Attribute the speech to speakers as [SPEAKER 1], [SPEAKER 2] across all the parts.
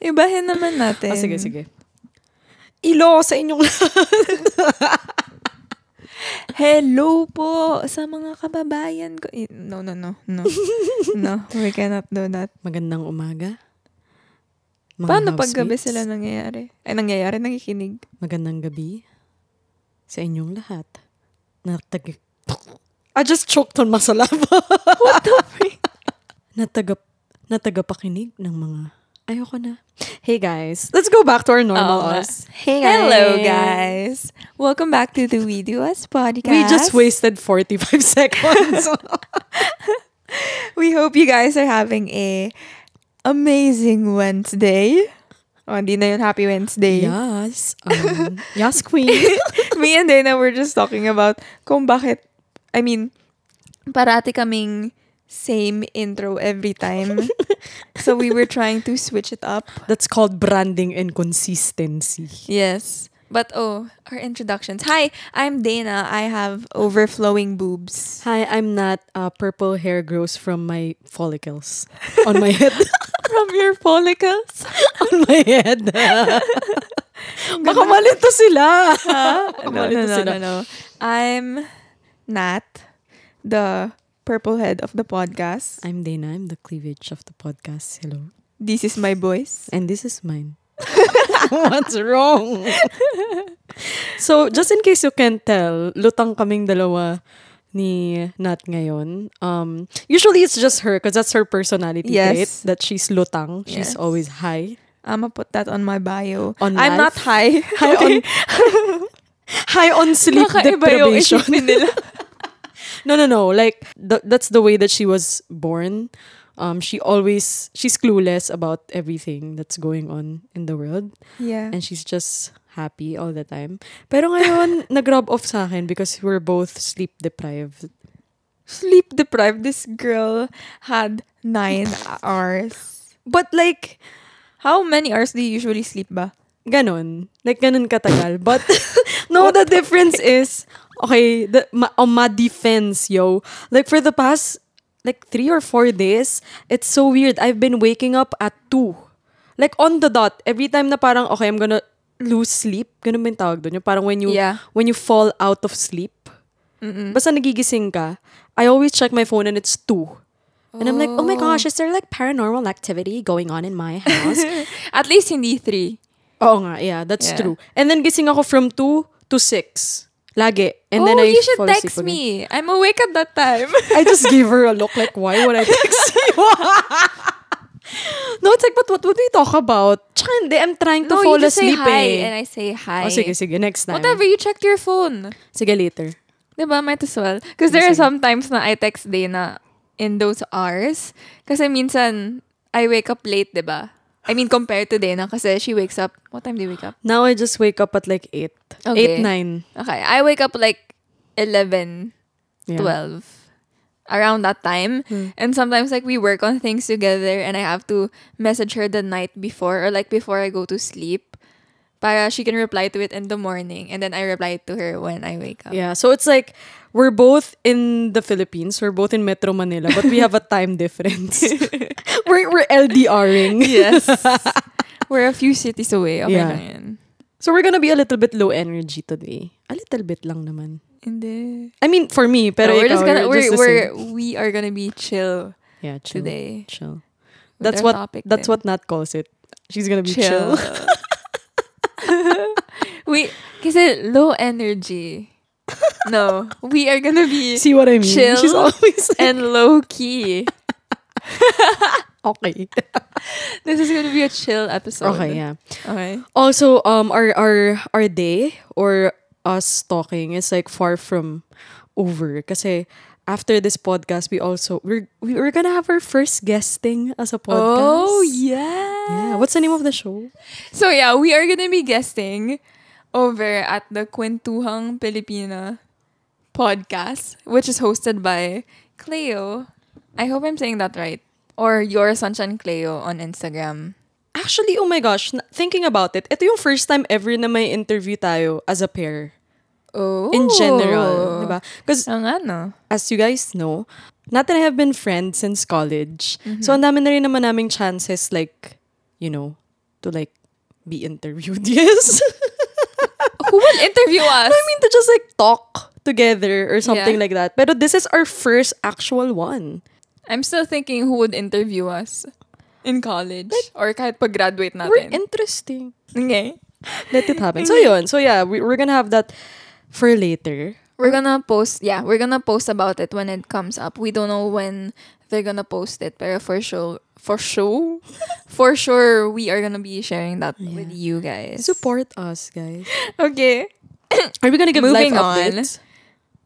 [SPEAKER 1] Ibahin naman natin.
[SPEAKER 2] Oh, sige, sige.
[SPEAKER 1] Ilo sa inyong Hello po sa mga kababayan ko. Eh, No, no, no. No, no we cannot do that.
[SPEAKER 2] Magandang umaga. Mga
[SPEAKER 1] Paano pag gabi
[SPEAKER 2] housemates,
[SPEAKER 1] sila nangyayari? Ay, nangyayari, nakikinig.
[SPEAKER 2] Magandang gabi sa inyong lahat. Natag... I just choked on masalaba.
[SPEAKER 1] What the freak?
[SPEAKER 2] Natagap... Natagapakinig ng mga... Ayoko na. Hey guys, let's go back to our normal us.
[SPEAKER 1] Hey guys. Hello guys. Welcome back to the We Do Us podcast.
[SPEAKER 2] We just wasted 45 seconds.
[SPEAKER 1] We hope you guys are having a amazing Wednesday. Oh, hindi na yun. Happy Wednesday.
[SPEAKER 2] yes. Um, yes, queen.
[SPEAKER 1] me and Dana were just talking about kung bakit, I mean, parati kaming same intro every time. so we were trying to switch it up.
[SPEAKER 2] That's called branding and consistency.
[SPEAKER 1] Yes. But oh, our introductions. Hi, I'm Dana. I have overflowing boobs.
[SPEAKER 2] Hi, I'm Nat. Uh, purple hair grows from my follicles on my head.
[SPEAKER 1] From your follicles?
[SPEAKER 2] on my head. Baka malito sila.
[SPEAKER 1] no, no,
[SPEAKER 2] Malito
[SPEAKER 1] no,
[SPEAKER 2] sila.
[SPEAKER 1] no, no. I'm Nat, the purple head of the podcast.
[SPEAKER 2] I'm Dana. I'm the cleavage of the podcast. Hello.
[SPEAKER 1] This is my voice.
[SPEAKER 2] And this is mine. What's wrong? so, just in case you can't tell, lutang kaming dalawa ni Nat ngayon. Um, usually, it's just her because that's her personality
[SPEAKER 1] Yes.
[SPEAKER 2] trait that she's lutang. She's
[SPEAKER 1] Yes.
[SPEAKER 2] always high.
[SPEAKER 1] I'm gonna put that on my bio.
[SPEAKER 2] On life?
[SPEAKER 1] I'm not high.
[SPEAKER 2] High on, high on sleep deprivation.
[SPEAKER 1] nila.
[SPEAKER 2] No, no, no. Like th- that's the way that she was born. Um, she always she's clueless about everything that's going on in the world,
[SPEAKER 1] yeah.
[SPEAKER 2] and she's just happy all the time. Pero ngayon nag-rub off sa akin because we're both sleep deprived.
[SPEAKER 1] Sleep deprived. This girl had nine hours.
[SPEAKER 2] But like
[SPEAKER 1] How many hours do you usually sleep ba?
[SPEAKER 2] ganon, like ganon katagal. But no, the difference is okay. The ma- on my defense, yo, like for the past like three or four days, it's so weird. I've been waking up at two, like on the dot. Every time na parang okay, I'm gonna lose sleep. Ganun ba yung tawag doon? Yung parang when you
[SPEAKER 1] Yeah.
[SPEAKER 2] when you fall out of sleep. Basta nagigising ka, I always check my phone and it's two. And I'm like, oh my gosh, is there like paranormal activity going on in my house?
[SPEAKER 1] At least hindi three.
[SPEAKER 2] Oo nga, yeah, that's
[SPEAKER 1] Yeah.
[SPEAKER 2] true. And then gising ako from 2 to 6. Lagi. And
[SPEAKER 1] oh,
[SPEAKER 2] then I
[SPEAKER 1] you should
[SPEAKER 2] fall
[SPEAKER 1] text
[SPEAKER 2] asleep again.
[SPEAKER 1] me. I'm awake at that time.
[SPEAKER 2] I just gave her a look like, why would I text you? no, it's like, but what would we talk about? Tsaka hindi, I'm trying to
[SPEAKER 1] no,
[SPEAKER 2] fall
[SPEAKER 1] you just
[SPEAKER 2] asleep
[SPEAKER 1] say hi
[SPEAKER 2] eh.
[SPEAKER 1] and I say hi.
[SPEAKER 2] oh, sige, sige, next time.
[SPEAKER 1] Whatever, you checked your phone.
[SPEAKER 2] Sige, later.
[SPEAKER 1] Diba? Might as well. Because there are some times na I text Dana in those hours. Kasi minsan, I wake up late, diba? I mean, compared to Dana, kasi she wakes up, what time do you wake up?
[SPEAKER 2] Now I just wake up at like 8.
[SPEAKER 1] Okay.
[SPEAKER 2] 8, 9.
[SPEAKER 1] Okay, I wake up like 11,
[SPEAKER 2] Yeah. Hmm.
[SPEAKER 1] 12, around that time. And sometimes, like, we work on things together and I have to message her the night before or, like, before I go to sleep para she can reply to it in the morning. And then I reply to her when I wake up.
[SPEAKER 2] Yeah, so it's like we're both in the Philippines, we're both in Metro Manila, but we have a time difference. we're we're LDRing.
[SPEAKER 1] Yes. We're a few cities away. Okay
[SPEAKER 2] Yeah.
[SPEAKER 1] na yan.
[SPEAKER 2] So we're gonna be a little bit low energy today. A little bit lang naman.
[SPEAKER 1] Hindi.
[SPEAKER 2] I mean, for me, pero
[SPEAKER 1] No, we're
[SPEAKER 2] ikaw,
[SPEAKER 1] just gonna
[SPEAKER 2] you're
[SPEAKER 1] we're,
[SPEAKER 2] just the
[SPEAKER 1] we're we are gonna be chill
[SPEAKER 2] same. yeah, chill,
[SPEAKER 1] today.
[SPEAKER 2] Chill.
[SPEAKER 1] with
[SPEAKER 2] That's
[SPEAKER 1] our
[SPEAKER 2] what
[SPEAKER 1] topic
[SPEAKER 2] that's
[SPEAKER 1] then.
[SPEAKER 2] what Nat calls it. She's gonna be chill.
[SPEAKER 1] we kasi low energy. No, we are gonna be
[SPEAKER 2] See what I mean?
[SPEAKER 1] Chill.
[SPEAKER 2] She's always like,
[SPEAKER 1] and low key.
[SPEAKER 2] okay.
[SPEAKER 1] This is gonna be a chill episode.
[SPEAKER 2] Okay, yeah.
[SPEAKER 1] Okay.
[SPEAKER 2] Also, um, our our our day or us talking is like far from over. Kasi after this podcast, we also we're we- we're gonna have our first guesting as a podcast.
[SPEAKER 1] Oh yeah.
[SPEAKER 2] yeah. What's the name of the show?
[SPEAKER 1] So yeah, we are gonna be guesting over at the Kwentuhang Pilipina podcast, which is hosted by Cleo. I hope I'm saying that right. Or your sunshine Cleo on Instagram.
[SPEAKER 2] Actually, oh my gosh, na- thinking about it, ito yung first time ever na may interview tayo as a pair.
[SPEAKER 1] Oh.
[SPEAKER 2] In general, diba? Because
[SPEAKER 1] Ang ano?
[SPEAKER 2] as you guys know, Nat and I have been friends since college. So, ang dami na rin naman naming chances like, you know, to like be interviewed. Yes.
[SPEAKER 1] Who will interview us?
[SPEAKER 2] I mean, to just like talk together or something
[SPEAKER 1] Yeah.
[SPEAKER 2] like that. Pero this is our first actual one.
[SPEAKER 1] I'm still thinking who would interview us in college or kahit pag-graduate
[SPEAKER 2] We're
[SPEAKER 1] natin.
[SPEAKER 2] interesting.
[SPEAKER 1] okay.
[SPEAKER 2] Let it happen. So yun. So yeah, we, we're gonna have that for later.
[SPEAKER 1] We're gonna post, yeah, we're gonna post about it when it comes up. We don't know when they're gonna post it, pero for sure, for sure, for sure, we are gonna be sharing that with you guys.
[SPEAKER 2] Support us, guys.
[SPEAKER 1] Okay.
[SPEAKER 2] Are we gonna give
[SPEAKER 1] Moving
[SPEAKER 2] life
[SPEAKER 1] on.
[SPEAKER 2] updates?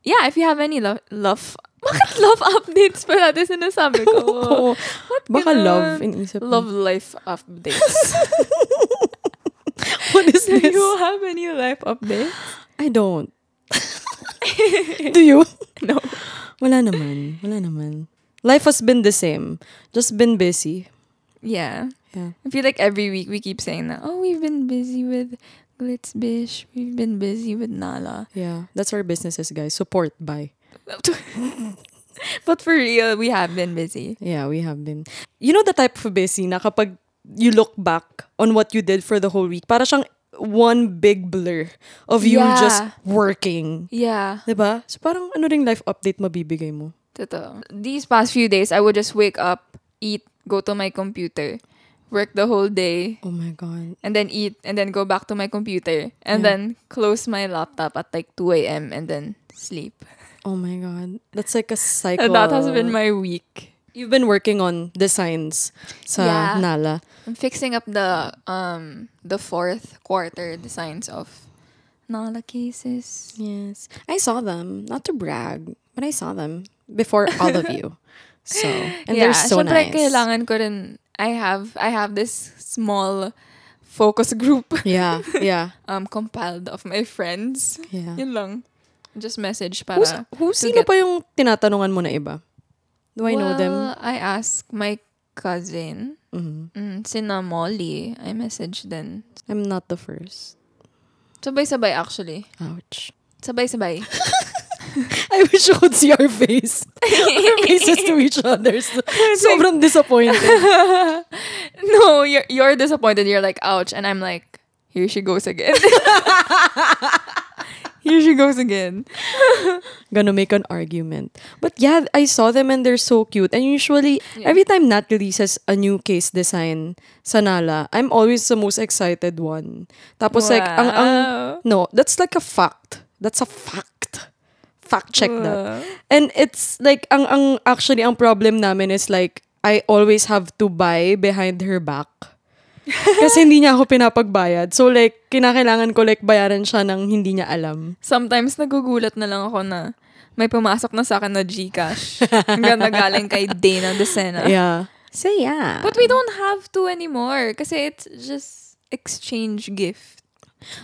[SPEAKER 1] Yeah, if you have any love, love, bakit love updates pa natin sinasabi ko?
[SPEAKER 2] Oo. Oh, Baka
[SPEAKER 1] ganun?
[SPEAKER 2] love iniisip mo.
[SPEAKER 1] Oh, love life updates.
[SPEAKER 2] What is
[SPEAKER 1] Do
[SPEAKER 2] this?
[SPEAKER 1] you have any life updates?
[SPEAKER 2] I don't. Do you?
[SPEAKER 1] No.
[SPEAKER 2] Wala naman. Wala naman. Life has been the same. Just been busy.
[SPEAKER 1] Yeah.
[SPEAKER 2] Yeah.
[SPEAKER 1] I feel like every week we keep saying that. Oh, we've been busy with Glitzbish. We've been busy with Nala.
[SPEAKER 2] Yeah. That's our businesses, guys. Support by.
[SPEAKER 1] but for real, we have been busy.
[SPEAKER 2] Yeah, we have been. You know the type of busy na kapag you look back on what you did for the whole week, para siyang one big blur of you
[SPEAKER 1] Yeah.
[SPEAKER 2] just working.
[SPEAKER 1] Yeah.
[SPEAKER 2] Diba? So parang ano ring life update mabibigay mo?
[SPEAKER 1] Totoo. These past few days, I would just wake up, eat, go to my computer, work the whole day,
[SPEAKER 2] Oh my God.
[SPEAKER 1] and then eat, and then go back to my computer, and
[SPEAKER 2] Yeah.
[SPEAKER 1] then close my laptop at like 2 a.m. and then sleep.
[SPEAKER 2] Oh my God. That's like a cycle.
[SPEAKER 1] And that has been my week.
[SPEAKER 2] You've been working on designs sa
[SPEAKER 1] Yeah.
[SPEAKER 2] Nala.
[SPEAKER 1] I'm fixing up the um the fourth quarter designs of Nala cases.
[SPEAKER 2] Yes. I saw them. Not to brag, but I saw them before all of you. So, and they're so nice.
[SPEAKER 1] syempre, kailangan ko rin, I have, I have this small focus group
[SPEAKER 2] Yeah, yeah,
[SPEAKER 1] um, compiled of my friends.
[SPEAKER 2] yeah.
[SPEAKER 1] Yun lang. Just message para.
[SPEAKER 2] Who's, who,
[SPEAKER 1] to
[SPEAKER 2] sino
[SPEAKER 1] get-
[SPEAKER 2] pa yung tinatanungan mo na iba? Do I know
[SPEAKER 1] Well,
[SPEAKER 2] them?
[SPEAKER 1] I ask my cousin,
[SPEAKER 2] Mhm.
[SPEAKER 1] mm, sina Molly, I message din.
[SPEAKER 2] I'm not the first.
[SPEAKER 1] Sabay-sabay actually.
[SPEAKER 2] Ouch.
[SPEAKER 1] Sabay-sabay.
[SPEAKER 2] I wish you could see our face. our faces to each other. So, sobrang disappointed.
[SPEAKER 1] no, you're, you're disappointed. You're like, ouch. And I'm like, here she goes again. here she goes again.
[SPEAKER 2] Gonna make an argument. But yeah, I saw them and they're so cute. And usually, every time Nat releases a new case design sa Nala, I'm always the most excited one. Tapos like, ang, ang,
[SPEAKER 1] Wow.
[SPEAKER 2] no, that's like a fact. That's a fact. Fact check that.
[SPEAKER 1] Wow.
[SPEAKER 2] And it's like ang ang actually ang problem namin is like I always have to buy behind her back. Kasi hindi niya ako pinapagbayad. So like kinakailangan ko like bayaran siya ng hindi niya alam.
[SPEAKER 1] Sometimes nagugulat na lang ako na may pumasok na sa akin na Gcash. Hanggang nagaling kay Dana Decena.
[SPEAKER 2] Yeah. So yeah.
[SPEAKER 1] But we don't have to anymore kasi it's just exchange gift.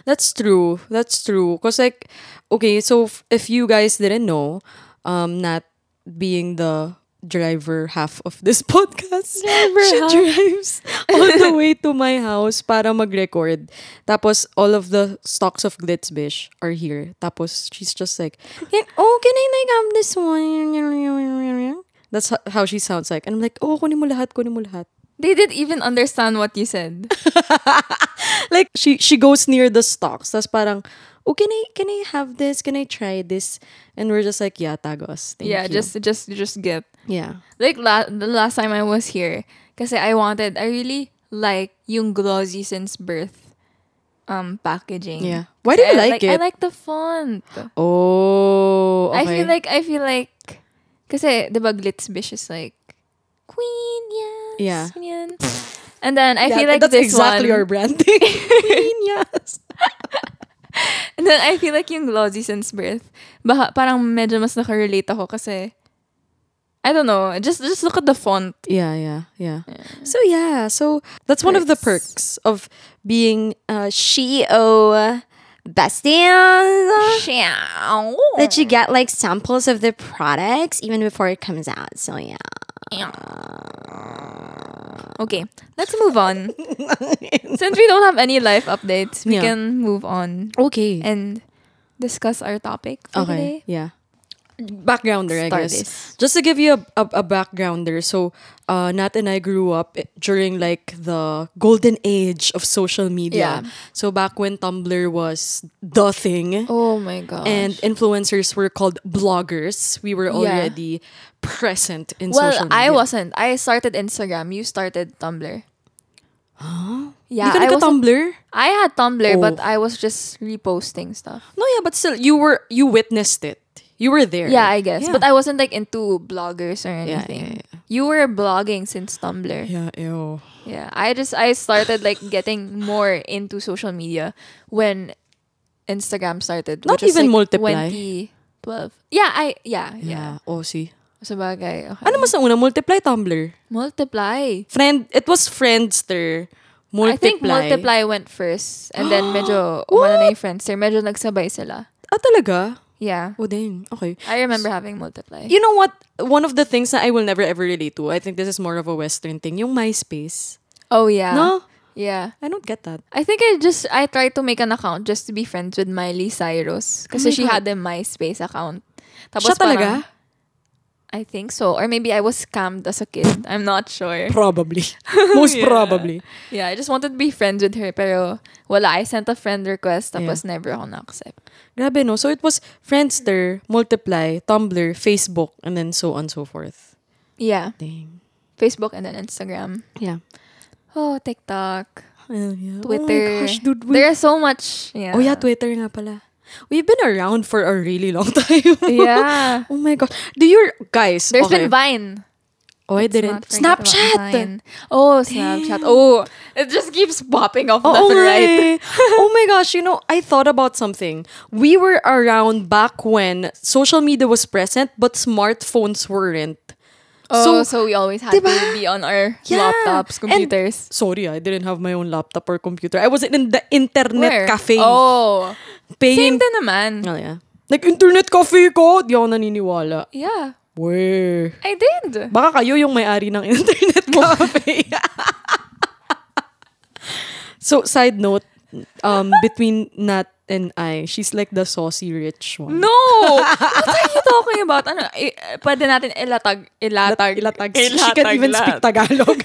[SPEAKER 2] That's true. That's true. Cause like, okay, so f- if you guys didn't know, um, Nat being the driver half of this podcast, she
[SPEAKER 1] half.
[SPEAKER 2] drives all the way to my house para mag-record. Tapos all of the stocks of Glitzbish are here. Tapos she's just like, "Can- oh, can I like have this one? That's ho- how she sounds like. And I'm like, oh, kunin mo lahat, kunin mo lahat.
[SPEAKER 1] They didn't even understand what you said.
[SPEAKER 2] like she she goes near the stocks. That's parang, oh, can I can I have this? Can I try this? And we're just like, yeah, tagos. Thank
[SPEAKER 1] yeah,
[SPEAKER 2] you."
[SPEAKER 1] just just just get.
[SPEAKER 2] yeah,
[SPEAKER 1] Like la- the last time I was here kasi I wanted I really like yung glossy since birth um packaging.
[SPEAKER 2] yeah. Why do you
[SPEAKER 1] I
[SPEAKER 2] like, it?
[SPEAKER 1] I like the font.
[SPEAKER 2] oh,
[SPEAKER 1] I
[SPEAKER 2] okay.
[SPEAKER 1] feel like I feel like kasi 'di ba Glitzbish is like queen, yes.
[SPEAKER 2] Yeah.
[SPEAKER 1] ganyan. And then I
[SPEAKER 2] Yeah,
[SPEAKER 1] feel like
[SPEAKER 2] that's
[SPEAKER 1] this
[SPEAKER 2] exactly
[SPEAKER 1] one.
[SPEAKER 2] our branding. yes.
[SPEAKER 1] And then I feel like yung glossy since birth, baka parang medyo mas nakarelate ako kasi, I don't know, just just look at the font.
[SPEAKER 2] Yeah, yeah, yeah, So yeah, so that's one of the perks of being uh, E a sheo bestie.
[SPEAKER 1] Ciao.
[SPEAKER 3] that you get like samples of the products even before it comes out. So yeah.
[SPEAKER 1] Okay, let's move on. Since we don't have any life updates, we
[SPEAKER 2] Yeah.
[SPEAKER 1] can move on
[SPEAKER 2] Okay.
[SPEAKER 1] and discuss our topic for
[SPEAKER 2] okay.
[SPEAKER 1] today.
[SPEAKER 2] Yeah. backgrounder, I
[SPEAKER 3] Start
[SPEAKER 2] guess.
[SPEAKER 3] this.
[SPEAKER 2] Just to give you a, a, a backgrounder, so uh, Nat and I grew up i- during like the golden age of social media.
[SPEAKER 3] Yeah.
[SPEAKER 2] So back when Tumblr was the thing.
[SPEAKER 1] Oh my god.
[SPEAKER 2] And influencers were called bloggers. We were
[SPEAKER 1] Yeah.
[SPEAKER 2] already present in
[SPEAKER 1] well,
[SPEAKER 2] social media.
[SPEAKER 1] I wasn't. I started Instagram. You started Tumblr. Huh? Yeah, I,
[SPEAKER 2] Hindi ka
[SPEAKER 1] was
[SPEAKER 2] Tumblr?
[SPEAKER 1] I had Tumblr,
[SPEAKER 2] Oh.
[SPEAKER 1] but I was just reposting stuff.
[SPEAKER 2] No, yeah, but still, you were you witnessed it. You were there.
[SPEAKER 1] Yeah, I guess.
[SPEAKER 2] Yeah.
[SPEAKER 1] But I wasn't like into bloggers or
[SPEAKER 2] Yeah,
[SPEAKER 1] anything.
[SPEAKER 2] yeah,
[SPEAKER 1] You were blogging since Tumblr. Yeah.
[SPEAKER 2] yeah, ew.
[SPEAKER 1] I just I started like getting more into social media when Instagram started.
[SPEAKER 2] Not
[SPEAKER 1] which is,
[SPEAKER 2] even
[SPEAKER 1] like,
[SPEAKER 2] multiply.
[SPEAKER 1] 2012. Yeah, I yeah, yeah.
[SPEAKER 2] Yeah. Oh, see.
[SPEAKER 1] Sabagay. Okay.
[SPEAKER 2] Ano mas nauna? Multiply Tumblr.
[SPEAKER 1] multiply.
[SPEAKER 2] Friend, it was Friendster. Multiply.
[SPEAKER 1] I think multiply went first and then medyo wala na yung friends. Sir, medyo nagsabay sila.
[SPEAKER 2] Ah, talaga?
[SPEAKER 1] Yeah.
[SPEAKER 2] Oh, dang. Okay.
[SPEAKER 1] I remember having multiply.
[SPEAKER 2] You know what? One of the things that I will never ever relate to, I think this is more of a Western thing, yung MySpace.
[SPEAKER 1] oh yeah.
[SPEAKER 2] No?
[SPEAKER 1] Yeah.
[SPEAKER 2] I don't get that.
[SPEAKER 1] I think I just I tried to make an account just to be friends with Miley Cyrus
[SPEAKER 2] Oh
[SPEAKER 1] kasi
[SPEAKER 2] my
[SPEAKER 1] she
[SPEAKER 2] God.
[SPEAKER 1] had a MySpace account. Tapos
[SPEAKER 2] Siya talaga?
[SPEAKER 1] parang- I think so or maybe I was scammed as a kid. I'm not sure.
[SPEAKER 2] Probably. Most
[SPEAKER 1] Yeah.
[SPEAKER 2] probably.
[SPEAKER 1] Yeah, I just wanted to be friends with her pero wala I sent a friend request tapos never ako na-accept.
[SPEAKER 2] Grabe, no? So it was Friendster, Multiply, Tumblr, Facebook, and then so on and so forth.
[SPEAKER 1] Yeah,
[SPEAKER 2] Dang.
[SPEAKER 1] Facebook and then Instagram.
[SPEAKER 2] Yeah.
[SPEAKER 1] Oh, TikTok,
[SPEAKER 2] Oh, yeah.
[SPEAKER 1] Twitter.
[SPEAKER 2] Oh my gosh, dude. we-
[SPEAKER 1] There's so much.
[SPEAKER 2] Oh
[SPEAKER 1] Yeah.
[SPEAKER 2] yeah, Twitter nga pala. We've been around for a really long time.
[SPEAKER 1] yeah.
[SPEAKER 2] oh my gosh. Do you guys?
[SPEAKER 1] There's
[SPEAKER 2] okay.
[SPEAKER 1] been Vine.
[SPEAKER 2] Oh, I didn't.
[SPEAKER 1] Not forget about
[SPEAKER 2] Snapchat.
[SPEAKER 1] Vine. Oh, Snapchat. Oh, it just keeps popping off
[SPEAKER 2] Oh,
[SPEAKER 1] left and right.
[SPEAKER 2] right. oh my gosh, you know, I thought about something. We were around back when social media was present, but smartphones weren't.
[SPEAKER 1] Oh, so,
[SPEAKER 2] So,
[SPEAKER 1] we always had to
[SPEAKER 2] diba?
[SPEAKER 1] be on our
[SPEAKER 2] Yeah.
[SPEAKER 1] laptops,
[SPEAKER 2] And-
[SPEAKER 1] computers.
[SPEAKER 2] Sorry, I didn't have my own laptop or computer. I was in the internet
[SPEAKER 1] Where?
[SPEAKER 2] cafe.
[SPEAKER 1] Oh. Same
[SPEAKER 2] paying.
[SPEAKER 1] din naman.
[SPEAKER 2] Oh, yeah. Like, internet cafe ko? Di ako naniniwala.
[SPEAKER 1] Yeah.
[SPEAKER 2] Where?
[SPEAKER 1] I did.
[SPEAKER 2] Baka kayo yung may-ari ng internet cafe. so, side note, um, between Nat and I, she's like the saucy rich one.
[SPEAKER 1] No! What are you talking about? Ano, i- pwede natin ilatag, ilatag.
[SPEAKER 2] Ilatag.
[SPEAKER 1] eh,
[SPEAKER 2] She can even speak Tagalog.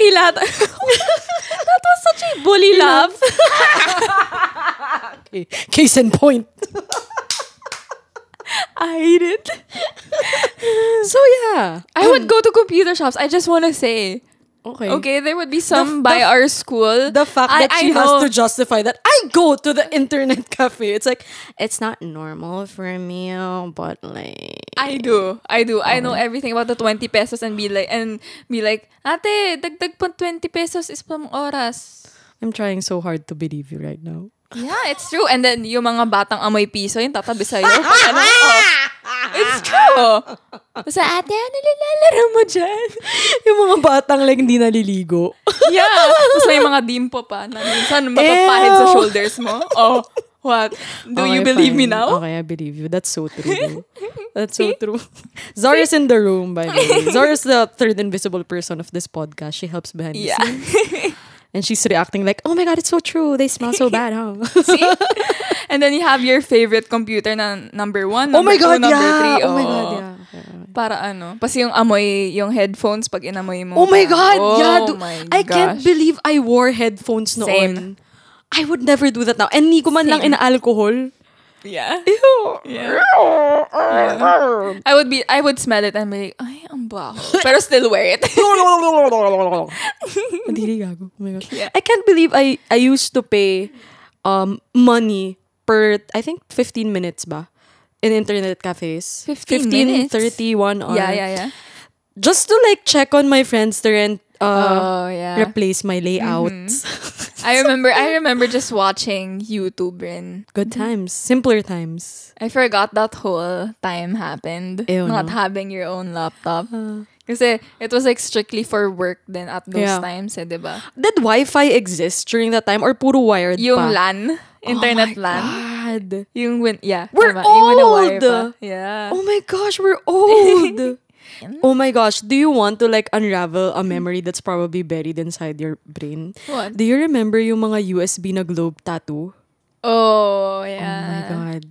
[SPEAKER 1] Ilatag. that was such a bully laugh.
[SPEAKER 2] Okay, Eh, Case in point.
[SPEAKER 1] I didn't.
[SPEAKER 2] So, yeah.
[SPEAKER 1] I would go to computer shops. I just want to say.
[SPEAKER 2] Okay.
[SPEAKER 1] Okay, there would be some
[SPEAKER 2] The-
[SPEAKER 1] by
[SPEAKER 2] the-
[SPEAKER 1] our school.
[SPEAKER 2] The fact
[SPEAKER 1] I-
[SPEAKER 2] that
[SPEAKER 1] I
[SPEAKER 2] she
[SPEAKER 1] know.
[SPEAKER 2] has to justify that I go to the internet cafe. It's like,
[SPEAKER 3] It's not normal for me,
[SPEAKER 2] oh,
[SPEAKER 3] but like
[SPEAKER 1] I do. I do. I know everything about the 20 pesos and be like and be like, "Ate, dagdag pa 20 pesos is pang oras."
[SPEAKER 2] I'm trying so hard to believe you right now.
[SPEAKER 1] Yeah, it's true. And then yung mga batang amoy piso, yung tatabi sa'yo. Pag ano ko. It's true. Basta, ate, ano nilalaro mo dyan?
[SPEAKER 2] Yung mga batang like hindi naliligo.
[SPEAKER 1] Yeah. Basta yung mga dimpo pa na minsan mapapahid sa
[SPEAKER 2] Ew.
[SPEAKER 1] shoulders mo. Oh, what? Do you
[SPEAKER 2] Okay,
[SPEAKER 1] believe me
[SPEAKER 2] fine.
[SPEAKER 1] now?
[SPEAKER 2] Okay, I believe you. That's so true. though. That's so true. Zara's in the room, by the way. Zara's the third invisible person of this podcast. She helps behind the
[SPEAKER 1] Yeah.
[SPEAKER 2] scenes. And she's reacting like, oh my god, it's so true. They smell so bad, huh?
[SPEAKER 1] See? And then you have your favorite computer na number one,
[SPEAKER 2] oh
[SPEAKER 1] number
[SPEAKER 2] my god,
[SPEAKER 1] two, number
[SPEAKER 2] yeah.
[SPEAKER 1] three.
[SPEAKER 2] Oh my
[SPEAKER 1] Oo.
[SPEAKER 2] god, yeah.
[SPEAKER 1] Para ano? Kasi yung amoy, yung headphones pag inamoy mo.
[SPEAKER 2] Oh my god,
[SPEAKER 1] Oh
[SPEAKER 2] yeah. dude.
[SPEAKER 1] my
[SPEAKER 2] I can't
[SPEAKER 1] gosh.
[SPEAKER 2] believe I wore headphones noon.
[SPEAKER 1] Same.
[SPEAKER 2] I would never do that now. And hindi ko man lang
[SPEAKER 1] Same.
[SPEAKER 2] ina-alcohol.
[SPEAKER 1] Yeah. Yeah. Yeah. I would be, I would smell it and be like, ay, ang baho. Pero still wear it.
[SPEAKER 2] Madiri gago. Oh my God.
[SPEAKER 1] Yeah.
[SPEAKER 2] I can't believe I I used to pay um money per I think 15 minutes ba in internet cafes.
[SPEAKER 1] 15 minutes?
[SPEAKER 2] 31 hour.
[SPEAKER 1] yeah, yeah, yeah.
[SPEAKER 2] Just to like check on my friends there and uh,
[SPEAKER 1] oh, yeah.
[SPEAKER 2] replace my layouts.
[SPEAKER 1] I remember, I remember just watching YouTube rin.
[SPEAKER 2] Good times, simpler times.
[SPEAKER 1] I forgot that whole time happened.
[SPEAKER 2] Ew,
[SPEAKER 1] not
[SPEAKER 2] no. Uh.
[SPEAKER 1] having your own laptop. Kasi it was like strictly for work then at those
[SPEAKER 2] Yeah.
[SPEAKER 1] times, eh, di ba?
[SPEAKER 2] Did Wi-Fi exist during that time or puro wired
[SPEAKER 1] Yung
[SPEAKER 2] pa?
[SPEAKER 1] LAN, internet LAN.
[SPEAKER 2] Oh God.
[SPEAKER 1] Yung win, yeah.
[SPEAKER 2] We're
[SPEAKER 1] tama. Yung winawire
[SPEAKER 2] old!
[SPEAKER 1] pa. Yeah.
[SPEAKER 2] Oh my gosh, we're old. oh my gosh, do you want to like unravel a memory that's probably buried inside your brain?
[SPEAKER 1] What?
[SPEAKER 2] Do you remember yung mga USB na globe tattoo? Oh
[SPEAKER 1] Oh,
[SPEAKER 2] my
[SPEAKER 1] yeah.
[SPEAKER 2] god.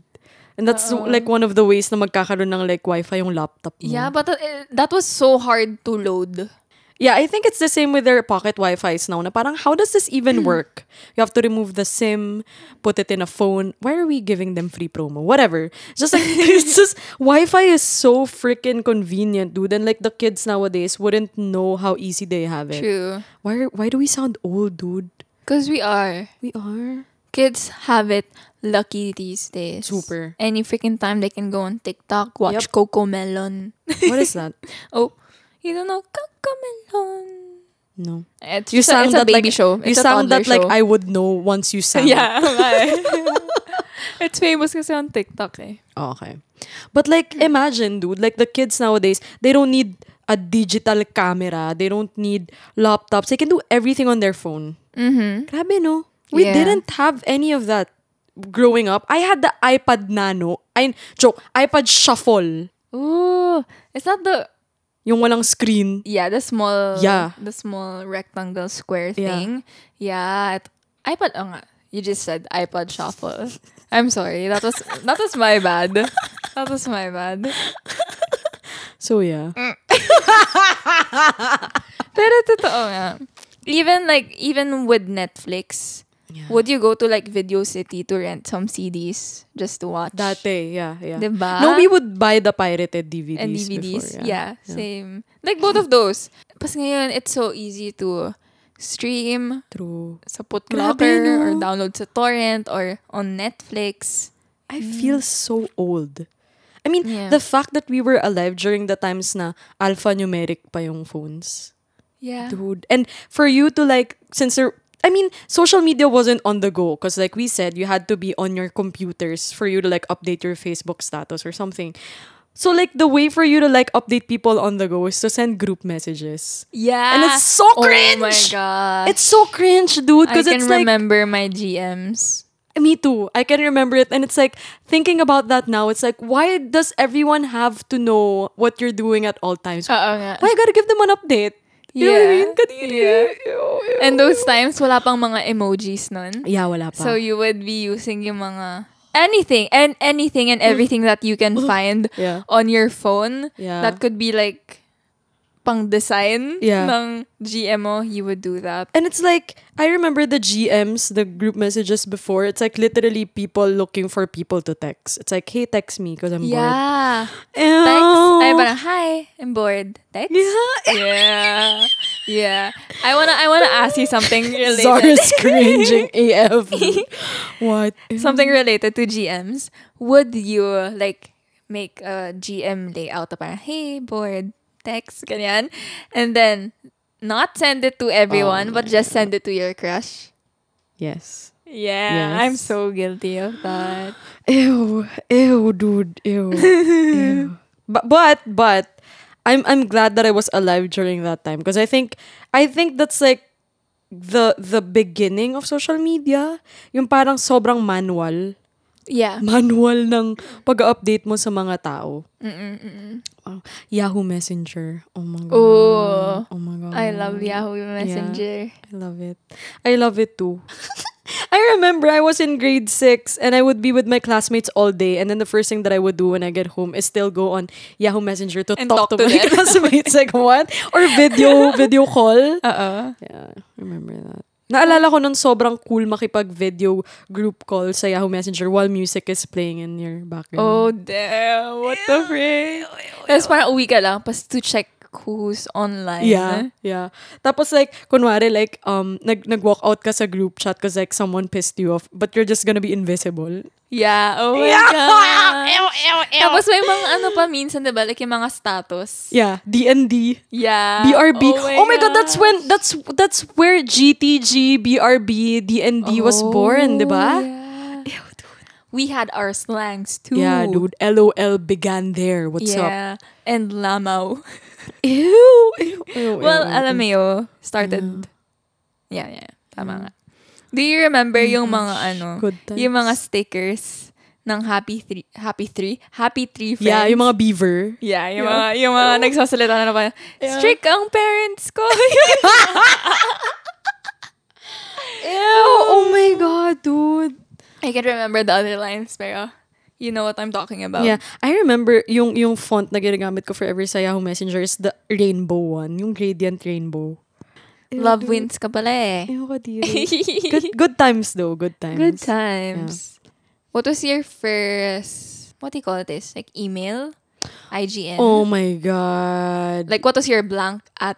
[SPEAKER 2] And that's
[SPEAKER 1] Oo.
[SPEAKER 2] like one of the ways na magkakaroon ng like wifi yung laptop mo.
[SPEAKER 1] Yeah, but uh, eh, that was so hard to load.
[SPEAKER 2] Yeah, I think it's the same with their pocket Wi-Fis now. Na parang, how does this
[SPEAKER 1] Mm.
[SPEAKER 2] even work? You have to remove the SIM, put it in a phone. Why are we giving them free promo? Whatever. Just like, it's just, Wi-Fi is so freaking convenient, dude. And like, the kids nowadays wouldn't know how easy they have it.
[SPEAKER 1] True.
[SPEAKER 2] Why, why do we sound old, dude?
[SPEAKER 1] Because we are.
[SPEAKER 2] We are.
[SPEAKER 1] Kids have it lucky these days.
[SPEAKER 2] Super.
[SPEAKER 1] Any freaking time they can go on TikTok, watch
[SPEAKER 2] Yep.
[SPEAKER 1] Coco Melon.
[SPEAKER 2] What is that?
[SPEAKER 1] Oh, you don't know Coco Melon.
[SPEAKER 2] No.
[SPEAKER 1] It's,
[SPEAKER 2] You
[SPEAKER 1] just a,
[SPEAKER 2] sound
[SPEAKER 1] it's a
[SPEAKER 2] that
[SPEAKER 1] baby
[SPEAKER 2] like,
[SPEAKER 1] show.
[SPEAKER 2] You
[SPEAKER 1] It's a
[SPEAKER 2] sound
[SPEAKER 1] toddler
[SPEAKER 2] that like
[SPEAKER 1] show.
[SPEAKER 2] I would know once you sang.
[SPEAKER 1] Yeah. nga eh. it's famous kasi on TikTok eh.
[SPEAKER 2] Okay. But like imagine dude, like the kids nowadays, they don't need a digital camera. They don't need laptops. They can do everything on their phone.
[SPEAKER 1] Mm-hmm.
[SPEAKER 2] Grabe no. We
[SPEAKER 1] Yeah.
[SPEAKER 2] didn't have any of that growing up. I had the iPad Nano. I joke, iPad Shuffle.
[SPEAKER 1] Ooh. Is that the
[SPEAKER 2] Yung walang screen.
[SPEAKER 1] yeah, the small
[SPEAKER 2] Yeah.
[SPEAKER 1] the small rectangle square
[SPEAKER 2] Yeah.
[SPEAKER 1] thing? Yeah. it- iPod oh nga. You just said iPod shuffle. I'm sorry. That was that was my bad. That was my bad.
[SPEAKER 2] So yeah.
[SPEAKER 1] Mm. Pero totoo nga. Oh, Even like even with Netflix, would you go to like Video City to rent some CDs just to watch?
[SPEAKER 2] Dati, yeah, yeah.
[SPEAKER 1] Diba?
[SPEAKER 2] No, we would buy the pirated DVDs.
[SPEAKER 1] and DVDs.
[SPEAKER 2] before,
[SPEAKER 1] yeah. same. Like both of those. Pas ngayon, it's so easy to stream
[SPEAKER 2] True.
[SPEAKER 1] sa Putlocker
[SPEAKER 2] Grabe, no?
[SPEAKER 1] or download sa torrent or on Netflix.
[SPEAKER 2] I feel so old. I mean,
[SPEAKER 1] Mm. Yeah.
[SPEAKER 2] the fact that we were alive during the times na alphanumeric pa yung phones.
[SPEAKER 1] Yeah.
[SPEAKER 2] Dude. And for you to like, since there, I mean, social media wasn't on the go because like we said, you had to be on your computers for you to like update your Facebook status or something. So like the way for you to like update people on the go is to send group messages.
[SPEAKER 1] Yeah.
[SPEAKER 2] And it's so
[SPEAKER 1] Oh my
[SPEAKER 2] cringe!
[SPEAKER 1] god.
[SPEAKER 2] It's so cringe, dude,
[SPEAKER 1] I
[SPEAKER 2] because
[SPEAKER 1] can
[SPEAKER 2] it's like
[SPEAKER 1] remember my GMs.
[SPEAKER 2] me too. I can remember it. And it's like, thinking about that now, it's like, why does everyone have to know what you're doing at all times?
[SPEAKER 1] Oo nga.
[SPEAKER 2] why you gotta give them an update? You know what I mean? Kadiri.
[SPEAKER 1] Yeah.
[SPEAKER 2] Ew, ew.
[SPEAKER 1] And those times, wala pang mga emojis nun.
[SPEAKER 2] Yeah, wala pa.
[SPEAKER 1] So you would be using yung mga anything and anything and everything that you can find
[SPEAKER 2] Yeah.
[SPEAKER 1] on your phone.
[SPEAKER 2] Yeah.
[SPEAKER 1] That could be like pang design
[SPEAKER 2] Yeah.
[SPEAKER 1] ng GMO, you would do that.
[SPEAKER 2] and it's like, I remember the GMs, the group messages before. It's like literally people looking for people to text. It's like, hey, text me because I'm Oh.
[SPEAKER 1] Yeah.
[SPEAKER 2] bored. Ew.
[SPEAKER 1] Text. Ay, parang, hi, I'm bored. Text?
[SPEAKER 2] Yeah.
[SPEAKER 1] Yeah. Yeah. I wanna I wanna ask you something related.
[SPEAKER 2] Zara's cringing AF. dude. what? Ew.
[SPEAKER 1] something related to GMs. Would you like make a GM layout na parang, hey, board, text, ganyan. And then not send it to everyone, but just send it to your crush.
[SPEAKER 2] Yes.
[SPEAKER 1] Yeah,
[SPEAKER 2] Yes.
[SPEAKER 1] I'm so guilty of that.
[SPEAKER 2] Ew, ew, dude, ew. ew. But but but I'm I'm glad that I was alive during that time because I think I think that's like the the beginning of social media. Yung parang sobrang manual.
[SPEAKER 1] Yeah.
[SPEAKER 2] Manual ng pag-update mo sa mga tao. Wow. Yahoo Messenger. Oh my god.
[SPEAKER 1] Oh.
[SPEAKER 2] Oh my god.
[SPEAKER 1] I love Yahoo Messenger.
[SPEAKER 2] I love it. I love it too. I remember I was in grade six and I would be with my classmates all day. And then the first thing that I would do when I get home is still go on Yahoo Messenger to
[SPEAKER 1] And
[SPEAKER 2] talk,
[SPEAKER 1] talk
[SPEAKER 2] to,
[SPEAKER 1] to
[SPEAKER 2] my
[SPEAKER 1] them.
[SPEAKER 2] classmates. Like what? Or video video call.
[SPEAKER 1] Uh-oh.
[SPEAKER 2] Yeah, remember that. Naalala ko nun sobrang cool makipag-video group call sa Yahoo Messenger while music is playing in your background.
[SPEAKER 1] Oh, damn. What the frick? Tapos parang uwi ka lang, pas to check who's online.
[SPEAKER 2] Yeah, yeah. Tapos like, kunwari like, um, nag nag-walk out ka sa group chat because like someone pissed you off but you're just gonna be invisible.
[SPEAKER 1] Yeah. Oh my God. Tapos may mga ano pa minsan, diba? Like yung mga status.
[SPEAKER 2] Yeah, D&D,
[SPEAKER 1] Yeah.
[SPEAKER 2] BRB. Oh my, god. that's when that's that's where GTG, BRB, D&D was born, 'di ba?
[SPEAKER 1] Oh, Yeah. We had our slangs too.
[SPEAKER 2] Yeah, dude. LOL began there. What's up?
[SPEAKER 1] yeah. And lamaw.
[SPEAKER 2] Ew. ew, ew,
[SPEAKER 1] Well,
[SPEAKER 2] ew,
[SPEAKER 1] alam mo yun, started. Yeah, yeah. Tama nga. Do you remember yung mga ano,
[SPEAKER 2] Oh good
[SPEAKER 1] yung mga stickers ng Happy Three, Happy Three, Happy Three Friends?
[SPEAKER 2] Yeah, yung mga beaver.
[SPEAKER 1] Yeah, yung
[SPEAKER 2] Yeah.
[SPEAKER 1] mga, yung mga nagsasalita na naman, strict ang parents ko.
[SPEAKER 2] Ew. Oh my god, dude.
[SPEAKER 1] Oh, I can remember the other lines, pero you know what I'm talking about.
[SPEAKER 2] Yeah, I remember yung yung font na ginagamit ko forever sa Yahoo Messenger is the rainbow one, yung gradient rainbow.
[SPEAKER 1] Love wins ka pala eh.
[SPEAKER 2] Ew, kadiri. good, good times though, good times.
[SPEAKER 1] Good times. What was your first, what do you call this? Like email? IGN?
[SPEAKER 2] Oh my god.
[SPEAKER 1] Like what was your blank at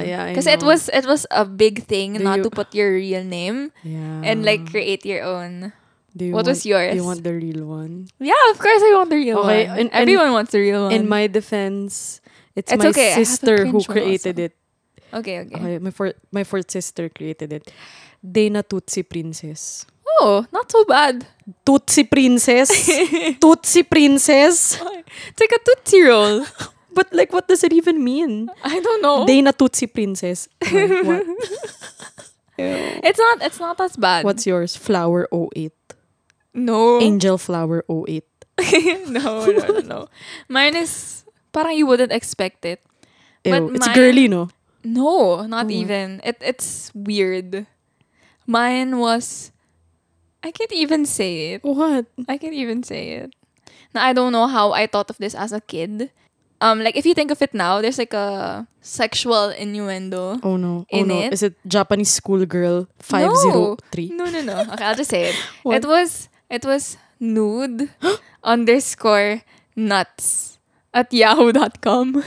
[SPEAKER 2] Ah, yeah, I
[SPEAKER 1] Because it
[SPEAKER 2] know.
[SPEAKER 1] was it was a big thing
[SPEAKER 2] Do
[SPEAKER 1] not
[SPEAKER 2] you- Ah.
[SPEAKER 1] to put your real name
[SPEAKER 2] yeah.
[SPEAKER 1] and like create your own.
[SPEAKER 2] Do you
[SPEAKER 1] what
[SPEAKER 2] want-
[SPEAKER 1] was
[SPEAKER 2] Do
[SPEAKER 1] yours?
[SPEAKER 2] you want the real one?
[SPEAKER 1] Yeah, of course I want the real
[SPEAKER 2] Okay,
[SPEAKER 1] one.
[SPEAKER 2] and- and-
[SPEAKER 1] Everyone wants the real one.
[SPEAKER 2] In my defense, it's,
[SPEAKER 1] It's
[SPEAKER 2] my
[SPEAKER 1] okay, I have a
[SPEAKER 2] sister who
[SPEAKER 1] cringe one
[SPEAKER 2] created
[SPEAKER 1] also.
[SPEAKER 2] it.
[SPEAKER 1] okay, okay,
[SPEAKER 2] Okay, my fourth my fourth sister created it. Dana Tutsi Princess.
[SPEAKER 1] Oh, not so bad.
[SPEAKER 2] Tutsi Princess. Tutsi Princess.
[SPEAKER 1] It's like a tootsie roll.
[SPEAKER 2] But like what does it even mean?
[SPEAKER 1] I don't know.
[SPEAKER 2] Dana Tutsi Princess. Okay, what?
[SPEAKER 1] it's not it's not as bad.
[SPEAKER 2] What's yours? Flower 08.
[SPEAKER 1] no.
[SPEAKER 2] Angel Flower 08.
[SPEAKER 1] no, no, no, no. Mine is parang you wouldn't expect it.
[SPEAKER 2] Ew,
[SPEAKER 1] But
[SPEAKER 2] it's
[SPEAKER 1] mine-
[SPEAKER 2] girly, no?
[SPEAKER 1] No, not
[SPEAKER 2] Hmm.
[SPEAKER 1] even. It it's weird. Mine was I can't even say it.
[SPEAKER 2] What?
[SPEAKER 1] I can't even say it. Now I don't know how I thought of this as a kid. Um like if you think of it now, there's like a sexual innuendo.
[SPEAKER 2] Oh no. Oh
[SPEAKER 1] In
[SPEAKER 2] no.
[SPEAKER 1] it?
[SPEAKER 2] Is it Japanese schoolgirl 503?
[SPEAKER 1] No, no, no. Okay, I'll just say it.
[SPEAKER 2] What?
[SPEAKER 1] It was it was nude underscore nuts at yahoo.com.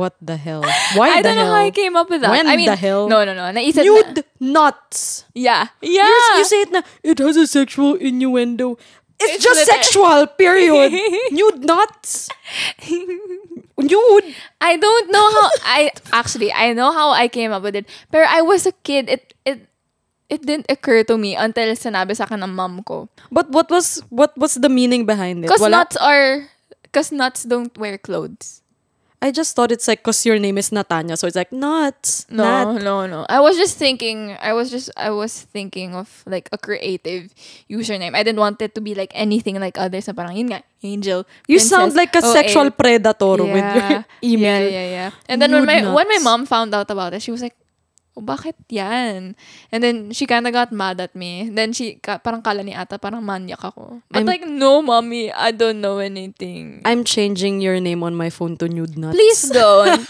[SPEAKER 2] What the hell? Why
[SPEAKER 1] I
[SPEAKER 2] the
[SPEAKER 1] don't
[SPEAKER 2] hell?
[SPEAKER 1] know how I came up with that.
[SPEAKER 2] When
[SPEAKER 1] I mean,
[SPEAKER 2] the hell?
[SPEAKER 1] No, no, no. Naisip na.
[SPEAKER 2] Nude nuts.
[SPEAKER 1] Yeah. Yeah.
[SPEAKER 2] You're- You say it na, it has a sexual innuendo. It's,
[SPEAKER 1] It's
[SPEAKER 2] just
[SPEAKER 1] liter-
[SPEAKER 2] sexual, period. Nude nuts. Nude.
[SPEAKER 1] I don't know how I actually I know how I came up with it. Pero I was a kid. It it it didn't occur to me until sinabi sa akin ng mom ko.
[SPEAKER 2] But what was what was the meaning behind it?
[SPEAKER 1] Cause
[SPEAKER 2] Eh, Wala-
[SPEAKER 1] nuts are cause nuts don't wear clothes.
[SPEAKER 2] I just thought it's like cause your name is Natanya, so it's like nuts.
[SPEAKER 1] No,
[SPEAKER 2] nut.
[SPEAKER 1] no, no. I was just thinking I was just I was thinking of like a creative username. I didn't want it to be like anything like others na parang yun nga, Angel. Oh,
[SPEAKER 2] You sound like a sexual predator
[SPEAKER 1] eh. yeah.
[SPEAKER 2] with your email.
[SPEAKER 1] Yeah, yeah, yeah. And then when my
[SPEAKER 2] Nude
[SPEAKER 1] when my
[SPEAKER 2] nuts.
[SPEAKER 1] mom found out about it, she was like, oh, bakit yan? And then she kinda got mad at me. Then she, ka, parang kala ni ata, parang manyak ako.
[SPEAKER 2] I'm-
[SPEAKER 1] But like, no, mommy, I don't know anything.
[SPEAKER 2] I'm changing your name on my phone to nude nuts.
[SPEAKER 1] Please don't.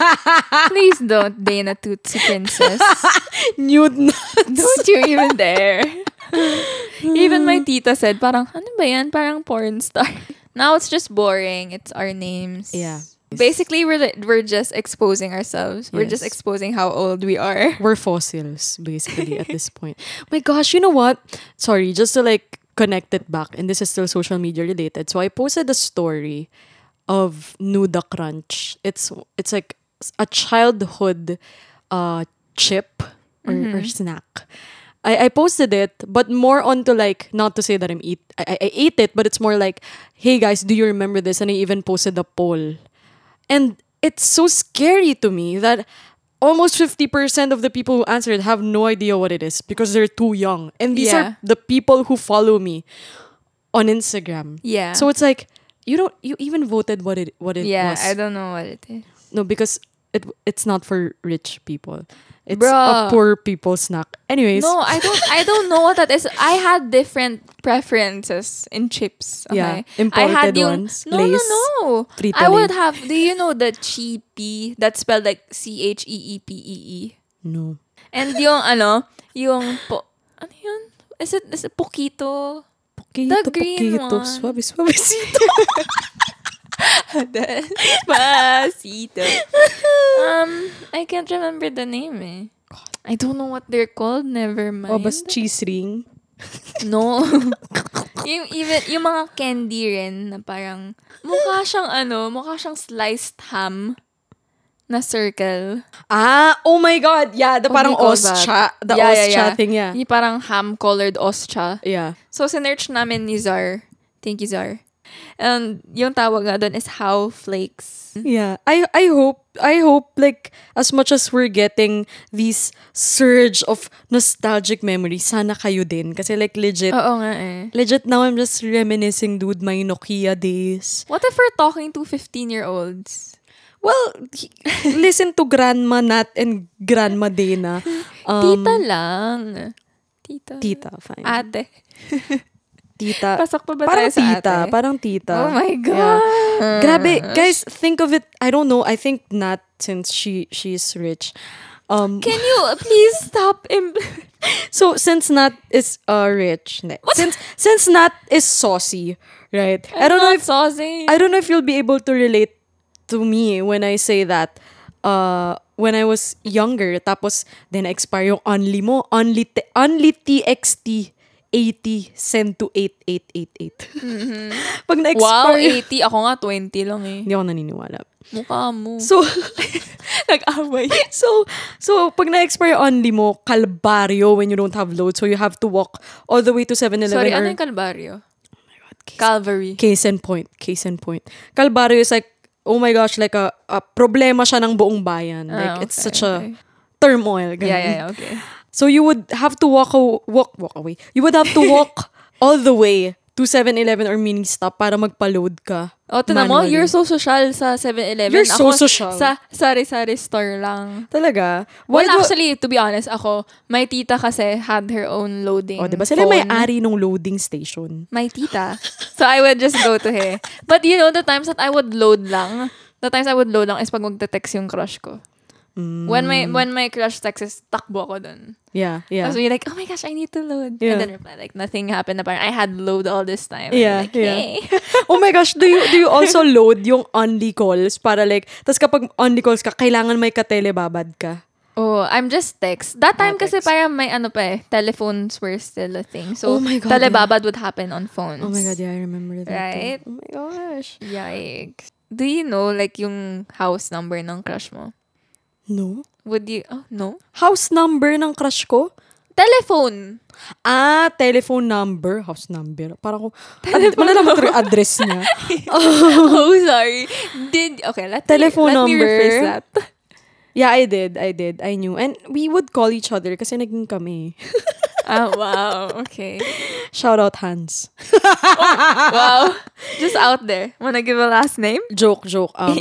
[SPEAKER 1] Please don't, Dana Tootsie Princess.
[SPEAKER 2] nude nuts.
[SPEAKER 1] Don't you even dare. even my tita said, parang, ano ba yan? Parang porn star. Now it's just boring. It's our names.
[SPEAKER 2] Yeah.
[SPEAKER 1] Basically, we're, li- we're just exposing ourselves. We're
[SPEAKER 2] Yes.
[SPEAKER 1] just exposing how old we are.
[SPEAKER 2] We're fossils basically at this point. My gosh, you know what? Sorry, just to like connect it back, and this is still social media related. So I posted a story of Nuda Crunch. It's it's like a childhood uh chip or, or snack. I, I posted it, but more onto like not to say that I'm eat I, I I ate it, but it's more like, hey guys, do you remember this? And I even posted a poll. And it's so scary to me that almost 50% of the people who answered have no idea what it is because they're too young. And these
[SPEAKER 1] Yeah.
[SPEAKER 2] are the people who follow me on Instagram.
[SPEAKER 1] Yeah.
[SPEAKER 2] So it's like you don't you even voted what it what it
[SPEAKER 1] yeah,
[SPEAKER 2] was.
[SPEAKER 1] I don't know what it is.
[SPEAKER 2] no, because it it's not for rich people. It's a
[SPEAKER 1] Bruh.
[SPEAKER 2] poor people snack. Anyways,
[SPEAKER 1] No, I don't. I don't know what that is. I had different preferences in chips. Okay?
[SPEAKER 2] Yeah,
[SPEAKER 1] I had
[SPEAKER 2] imported
[SPEAKER 1] yung-
[SPEAKER 2] ones,
[SPEAKER 1] No,
[SPEAKER 2] Lay's,
[SPEAKER 1] no, no.
[SPEAKER 2] Frito
[SPEAKER 1] I would
[SPEAKER 2] Lay.
[SPEAKER 1] have. Do you know the cheapy? That's spelled like C H E E P E E.
[SPEAKER 2] no.
[SPEAKER 1] And yung ano, yung po, ano yun? Is it, is it Pokito?
[SPEAKER 2] Poquito,
[SPEAKER 1] green
[SPEAKER 2] poquito,
[SPEAKER 1] one.
[SPEAKER 2] suave, suavecito.
[SPEAKER 1] Despacito. um, I can't remember the name eh. I don't know what they're called. Never mind.
[SPEAKER 2] Oh, bas cheese ring.
[SPEAKER 1] No. yung, even, yung mga candy rin na parang mukha siyang ano, mukha siyang sliced ham na circle.
[SPEAKER 2] Ah, oh my god. Yeah, the
[SPEAKER 1] What
[SPEAKER 2] parang
[SPEAKER 1] do you call
[SPEAKER 2] ostra, the
[SPEAKER 1] that? Yeah, yeah,
[SPEAKER 2] ostra
[SPEAKER 1] yeah.
[SPEAKER 2] thing, yeah.
[SPEAKER 1] Yung parang ham-colored ostra.
[SPEAKER 2] Yeah.
[SPEAKER 1] So, sinerch namin ni Zar. Thank you, Zar. And yung tawag nga doon is how flakes.
[SPEAKER 2] Yeah. I I hope I hope like as much as we're getting these surge of nostalgic memories, sana kayo din kasi like legit
[SPEAKER 1] Oo nga eh.
[SPEAKER 2] legit now I'm just reminiscing dude my Nokia days.
[SPEAKER 1] What if we're talking to 15-year-olds?
[SPEAKER 2] Well, he- listen to Grandma Nat and Grandma Dana. Um,
[SPEAKER 1] Tita lang. Tita.
[SPEAKER 2] tita, fine.
[SPEAKER 1] Ate.
[SPEAKER 2] tita.
[SPEAKER 1] Pasok pa ba
[SPEAKER 2] parang
[SPEAKER 1] tayo sa
[SPEAKER 2] tita,
[SPEAKER 1] ate?
[SPEAKER 2] parang tita.
[SPEAKER 1] Oh my God.
[SPEAKER 2] Grabe, guys, think of it. I don't know. I think not since she she's rich. Um,
[SPEAKER 1] Can you please stop? Im-
[SPEAKER 2] so since Nat is uh, rich, ne- since since Nat is saucy, right? I don't know if
[SPEAKER 1] saucy.
[SPEAKER 2] I don't know if you'll be able to relate to me when I say that. Uh, when I was younger, tapos then expire yung only mo, only t- only TXT 80 send to 8888. Pag
[SPEAKER 1] Mm-hmm. wow,
[SPEAKER 2] na-expire,
[SPEAKER 1] 80. Ako nga, 20 lang eh.
[SPEAKER 2] hindi ako naniniwala.
[SPEAKER 1] Mukha mo.
[SPEAKER 2] So,
[SPEAKER 1] Nag-away.
[SPEAKER 2] So, so pag na-expire only mo, kalbaryo when you don't have load. So you have to walk all the way to 7-Eleven.
[SPEAKER 1] Sorry,
[SPEAKER 2] or-
[SPEAKER 1] ano yung Calvario?
[SPEAKER 2] Oh case-
[SPEAKER 1] Calvary.
[SPEAKER 2] Case in point. Case in point. Kalbaryo is like, oh my gosh, like a, a problema siya ng buong bayan. Like,
[SPEAKER 1] Ah,
[SPEAKER 2] it's
[SPEAKER 1] okay,
[SPEAKER 2] such a
[SPEAKER 1] okay.
[SPEAKER 2] turmoil. ganun.
[SPEAKER 1] Yeah, yeah, yeah, okay.
[SPEAKER 2] So you would have to walk, aw- walk, walk away. You would have to walk all the way to 7-Eleven or mini stop para magpa-load ka.
[SPEAKER 1] O, tinan mo,
[SPEAKER 2] manually.
[SPEAKER 1] you're so social sa 7-Eleven.
[SPEAKER 2] You're so
[SPEAKER 1] Ako,
[SPEAKER 2] social.
[SPEAKER 1] Sa sari-sari store lang.
[SPEAKER 2] Talaga?
[SPEAKER 1] Well,
[SPEAKER 2] do-
[SPEAKER 1] actually, to be honest, ako, my tita kasi had her own loading
[SPEAKER 2] O, diba? Sila may
[SPEAKER 1] phone.
[SPEAKER 2] ari ng loading station.
[SPEAKER 1] my tita. So I would just go to her. But you know, the times that I would load lang, the times I would load lang is pag magte-text yung crush ko. When my when my crush texts, takbo ako dun.
[SPEAKER 2] Yeah, yeah.
[SPEAKER 1] Tapos we're like, oh my gosh, I need to load.
[SPEAKER 2] Yeah.
[SPEAKER 1] And then reply, like, nothing happened. Na parang, I had load all this time. And
[SPEAKER 2] Yeah,
[SPEAKER 1] like,
[SPEAKER 2] yeah.
[SPEAKER 1] yay.
[SPEAKER 2] oh my gosh, do you do you also load yung only calls para like, tas kapag only calls ka, kailangan may katelebabad ka.
[SPEAKER 1] Oh, I'm just text. That time
[SPEAKER 2] Ah,
[SPEAKER 1] kasi
[SPEAKER 2] text.
[SPEAKER 1] parang may ano pa eh, telephones were still a thing.
[SPEAKER 2] Oh
[SPEAKER 1] So,
[SPEAKER 2] my God,
[SPEAKER 1] telebabad would happen on phones.
[SPEAKER 2] Oh my god, yeah, I remember that.
[SPEAKER 1] Right?
[SPEAKER 2] too. Oh my gosh.
[SPEAKER 1] Yikes. Do you know, like, yung house number ng crush mo?
[SPEAKER 2] No?
[SPEAKER 1] Would you, oh, no?
[SPEAKER 2] House number ng crush ko?
[SPEAKER 1] Telephone.
[SPEAKER 2] Ah, telephone number. House number. Parang ko, ad- malalaman ko yung address niya.
[SPEAKER 1] oh, sorry. Did okay? Let
[SPEAKER 2] Telephone
[SPEAKER 1] me, let
[SPEAKER 2] number.
[SPEAKER 1] Me rephrase that.
[SPEAKER 2] Yeah, I did. I did. I knew. And we would call each other kasi naging kami.
[SPEAKER 1] Ah, wow. Okay.
[SPEAKER 2] Shout out Hans.
[SPEAKER 1] Wow. Ah, Just out there. Wanna give a last name?
[SPEAKER 2] Joke, joke. Um,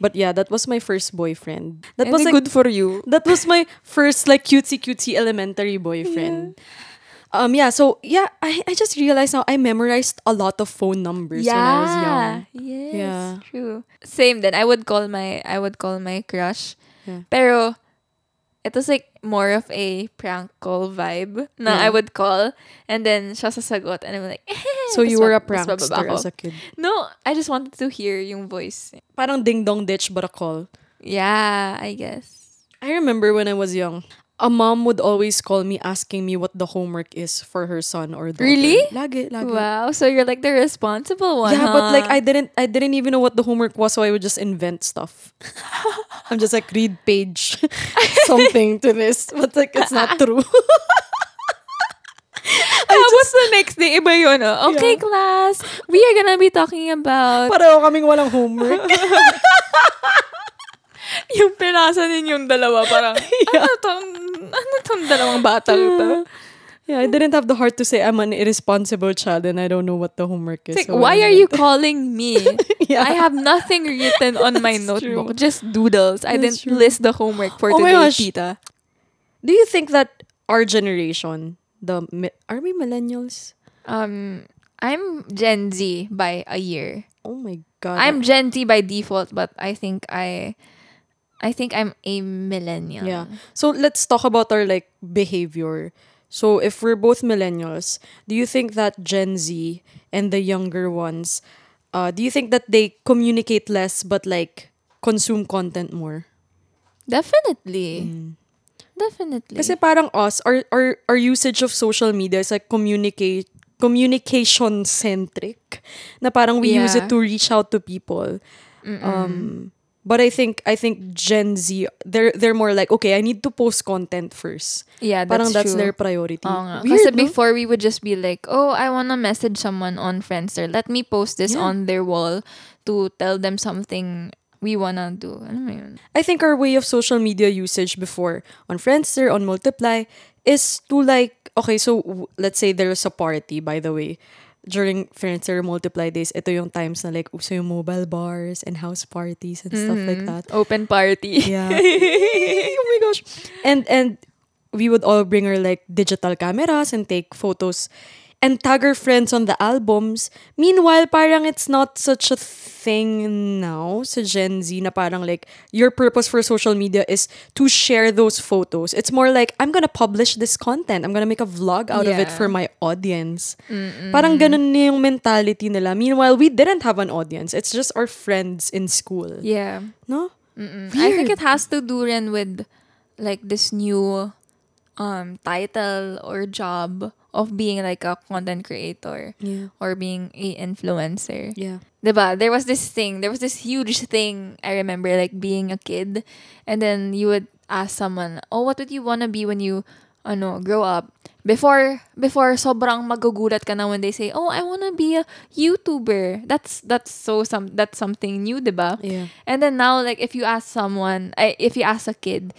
[SPEAKER 2] but yeah, that was my first boyfriend. That was
[SPEAKER 1] Any
[SPEAKER 2] like,
[SPEAKER 1] good for you.
[SPEAKER 2] That was my first like cutesy cutesy elementary boyfriend. Um yeah, so yeah, I, I just realized now I memorized a lot of phone numbers when I was young.
[SPEAKER 1] Yes.
[SPEAKER 2] Yeah.
[SPEAKER 1] True. Same. Then I would call my I would call my crush.
[SPEAKER 2] Yeah.
[SPEAKER 1] Pero it was like more of a prank call vibe. Na
[SPEAKER 2] Yeah.
[SPEAKER 1] I would call and then siya sasagot and I'm like.
[SPEAKER 2] So
[SPEAKER 1] tas
[SPEAKER 2] you were a
[SPEAKER 1] bab-
[SPEAKER 2] prankster
[SPEAKER 1] tas bababa
[SPEAKER 2] as a
[SPEAKER 1] ako.
[SPEAKER 2] kid.
[SPEAKER 1] No, I just wanted to hear yung voice.
[SPEAKER 2] Parang ding dong ditch but a call.
[SPEAKER 1] Yeah, I guess.
[SPEAKER 2] I remember when I was young, a mom would always call me asking me what the homework is for her son or daughter.
[SPEAKER 1] Really?
[SPEAKER 2] Lagi, lagi.
[SPEAKER 1] Wow, so you're like the responsible one.
[SPEAKER 2] Yeah, but like I
[SPEAKER 1] huh?
[SPEAKER 2] didn't I didn't even know what the homework was, so I would just invent stuff. I'm just like read page something to this, but like it's not true.
[SPEAKER 1] Tapos the next day, iba yun, oh. Okay,
[SPEAKER 2] Yeah.
[SPEAKER 1] class. We are gonna be talking about
[SPEAKER 2] Pareho kaming walang homework.
[SPEAKER 1] yung pinasa ninyong dalawa. Parang, ano tong, ano tong dalawang batang to?
[SPEAKER 2] yeah, I didn't have the heart to say I'm an irresponsible child and I don't know what the homework is.
[SPEAKER 1] It's like,
[SPEAKER 2] so
[SPEAKER 1] why
[SPEAKER 2] I
[SPEAKER 1] are
[SPEAKER 2] did.
[SPEAKER 1] you calling me?
[SPEAKER 2] Yeah.
[SPEAKER 1] I have nothing written on my
[SPEAKER 2] That's true.
[SPEAKER 1] notebook. Just doodles. I didn't
[SPEAKER 2] That's true.
[SPEAKER 1] list the homework for
[SPEAKER 2] Oh my
[SPEAKER 1] today,
[SPEAKER 2] gosh.
[SPEAKER 1] tita.
[SPEAKER 2] Do you think that our generation, the mi- are we millennials?
[SPEAKER 1] Um, I'm Gen Z by a year.
[SPEAKER 2] Oh my god.
[SPEAKER 1] I'm Gen Z by default, but I think I, I think I'm a millennial.
[SPEAKER 2] Yeah. So let's talk about our like behavior. So if we're both millennials, do you think that Gen Z and the younger ones, uh, do you think that they communicate less but like consume content more?
[SPEAKER 1] Definitely. Definitely.
[SPEAKER 2] Mm. Kasi parang us, our, our, our usage of social media is like communicate communication centric. Na parang we use
[SPEAKER 1] Yeah.
[SPEAKER 2] it to reach out to people. Um, but I think I think Gen Z they're they're more like okay, I need to post content first.
[SPEAKER 1] yeah, that's,
[SPEAKER 2] Parang that's
[SPEAKER 1] true.
[SPEAKER 2] their priority.
[SPEAKER 1] Oo nga.
[SPEAKER 2] Weird,
[SPEAKER 1] Kasi
[SPEAKER 2] no?
[SPEAKER 1] before we would just be like, oh, I wanna message someone on Friendster. Let me post this
[SPEAKER 2] Yeah.
[SPEAKER 1] on their wall to tell them something we wanna do. Ano mo yun?
[SPEAKER 2] I think our way of social media usage before on Friendster, on Multiply, is to like, okay, so w- let's say there's a party, by the way. During Friendster Multiply days, ito yung times na like, uso yung mobile bars and house parties and stuff like that.
[SPEAKER 1] Open party.
[SPEAKER 2] Yeah. oh my gosh. And, and we would all bring our like digital cameras and take photos and tag her friends on the albums. Meanwhile, parang it's not such a thing now sa Gen Z na parang like, your purpose for social media is to share those photos. It's more like, I'm gonna publish this content. I'm gonna make a vlog out of it
[SPEAKER 1] Yeah.
[SPEAKER 2] for my audience. Parang ganun na yung mentality nila. Meanwhile, we didn't have an audience. It's just our friends in school.
[SPEAKER 1] Yeah.
[SPEAKER 2] No?
[SPEAKER 1] I think it has to do rin with like this new um title or job of being like a content creator
[SPEAKER 2] Yeah.
[SPEAKER 1] or being a influencer.
[SPEAKER 2] Yeah.
[SPEAKER 1] Diba? There was this thing, there was this huge thing I remember like being a kid and then you would ask someone, "Oh, what would you want to be when you ano, grow up?" Before before sobrang magugulat ka na when they say, "Oh, I want to be a YouTuber." That's that's so some that's something new, 'di ba?
[SPEAKER 2] Yeah.
[SPEAKER 1] And then now like if you ask someone, I, if you ask a kid,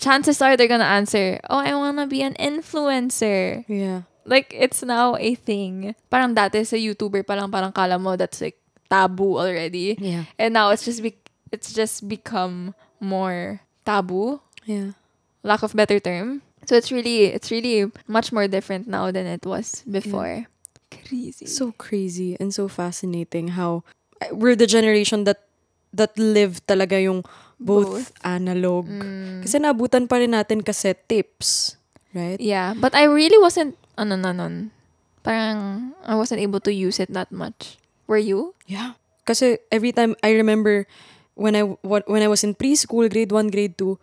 [SPEAKER 1] chances are they're going to answer, "Oh, I want to be an influencer."
[SPEAKER 2] Yeah.
[SPEAKER 1] Like, it's now a thing. Parang dati sa YouTuber pa lang, parang kala mo that's like taboo already.
[SPEAKER 2] Yeah.
[SPEAKER 1] And now it's just be- it's just become more taboo,
[SPEAKER 2] Yeah.
[SPEAKER 1] lack of better term. So it's really it's really much more different now than it was before. Crazy.
[SPEAKER 2] so crazy and so fascinating how eh, we're the generation that that live talaga yung both, Mm. analog. Kasi naabutan pa rin natin cassette tapes, right?
[SPEAKER 1] yeah, but I really wasn't oh, ano na nun. Parang I wasn't able to use it that much. Were you?
[SPEAKER 2] Yeah. Kasi every time I remember when I wa- when I was in preschool, grade 1, grade 2,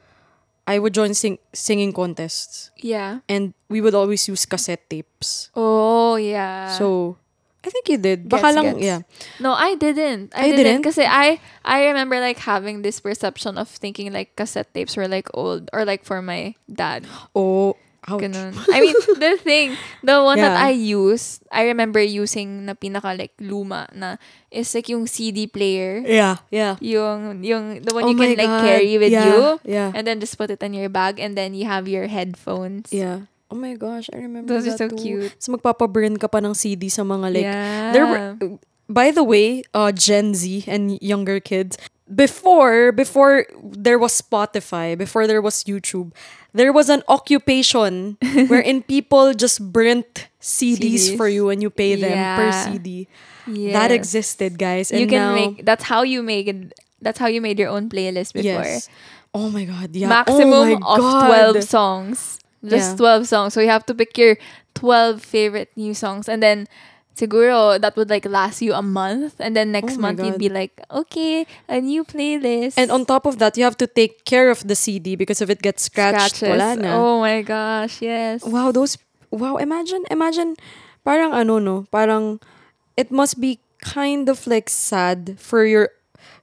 [SPEAKER 2] I would join sing- singing contests
[SPEAKER 1] Yeah.
[SPEAKER 2] and we would always use cassette tapes.
[SPEAKER 1] Oh, yeah.
[SPEAKER 2] so, I think you did. Baka
[SPEAKER 1] Gets,
[SPEAKER 2] lang,
[SPEAKER 1] gets.
[SPEAKER 2] yeah.
[SPEAKER 1] No, I didn't. I,
[SPEAKER 2] I
[SPEAKER 1] didn't
[SPEAKER 2] didn't?
[SPEAKER 1] because I I remember like having this perception of thinking like cassette tapes were like old or like for my dad.
[SPEAKER 2] Oh, ouch.
[SPEAKER 1] Ganun. I mean, the thing, the one
[SPEAKER 2] Yeah.
[SPEAKER 1] that I used, I remember using na pinaka like luma na is like yung CD player.
[SPEAKER 2] Yeah, yeah.
[SPEAKER 1] Yung, yung, the
[SPEAKER 2] Oh
[SPEAKER 1] one you
[SPEAKER 2] my
[SPEAKER 1] can like
[SPEAKER 2] God.
[SPEAKER 1] carry with
[SPEAKER 2] Yeah,
[SPEAKER 1] you.
[SPEAKER 2] yeah.
[SPEAKER 1] And then just put it in your bag and then you have your headphones.
[SPEAKER 2] Yeah. Oh my gosh, I remember
[SPEAKER 1] Those
[SPEAKER 2] that
[SPEAKER 1] are so
[SPEAKER 2] too.
[SPEAKER 1] cute.
[SPEAKER 2] So magpapaburn ka pa ng CD sa mga like
[SPEAKER 1] yeah.
[SPEAKER 2] there were by the way, uh Gen Z and younger kids before before there was Spotify, before there was YouTube, there was an occupation wherein people just burnt CDs,
[SPEAKER 1] CDs.
[SPEAKER 2] for you and you pay them per
[SPEAKER 1] Yeah.
[SPEAKER 2] CD.
[SPEAKER 1] Yes.
[SPEAKER 2] That existed, guys. And
[SPEAKER 1] you can
[SPEAKER 2] now,
[SPEAKER 1] make, that's how you make it, that's how you made your own playlist before.
[SPEAKER 2] yes. Oh my god, yeah. oh my
[SPEAKER 1] maximum of
[SPEAKER 2] God.
[SPEAKER 1] 12 songs. Just
[SPEAKER 2] Yeah.
[SPEAKER 1] 12 songs. So you have to pick your 12 favorite new songs and then siguro that would like last you a month and then next
[SPEAKER 2] Oh my
[SPEAKER 1] month you'd
[SPEAKER 2] God.
[SPEAKER 1] be like, "Okay, a new playlist."
[SPEAKER 2] And oh, on top of that, you have to take care of the CD because if it gets scratched,
[SPEAKER 1] Scratches.
[SPEAKER 2] wala na.
[SPEAKER 1] Oh my gosh, yes.
[SPEAKER 2] Wow, those wow, imagine imagine parang ano no, parang it must be kind of like sad for your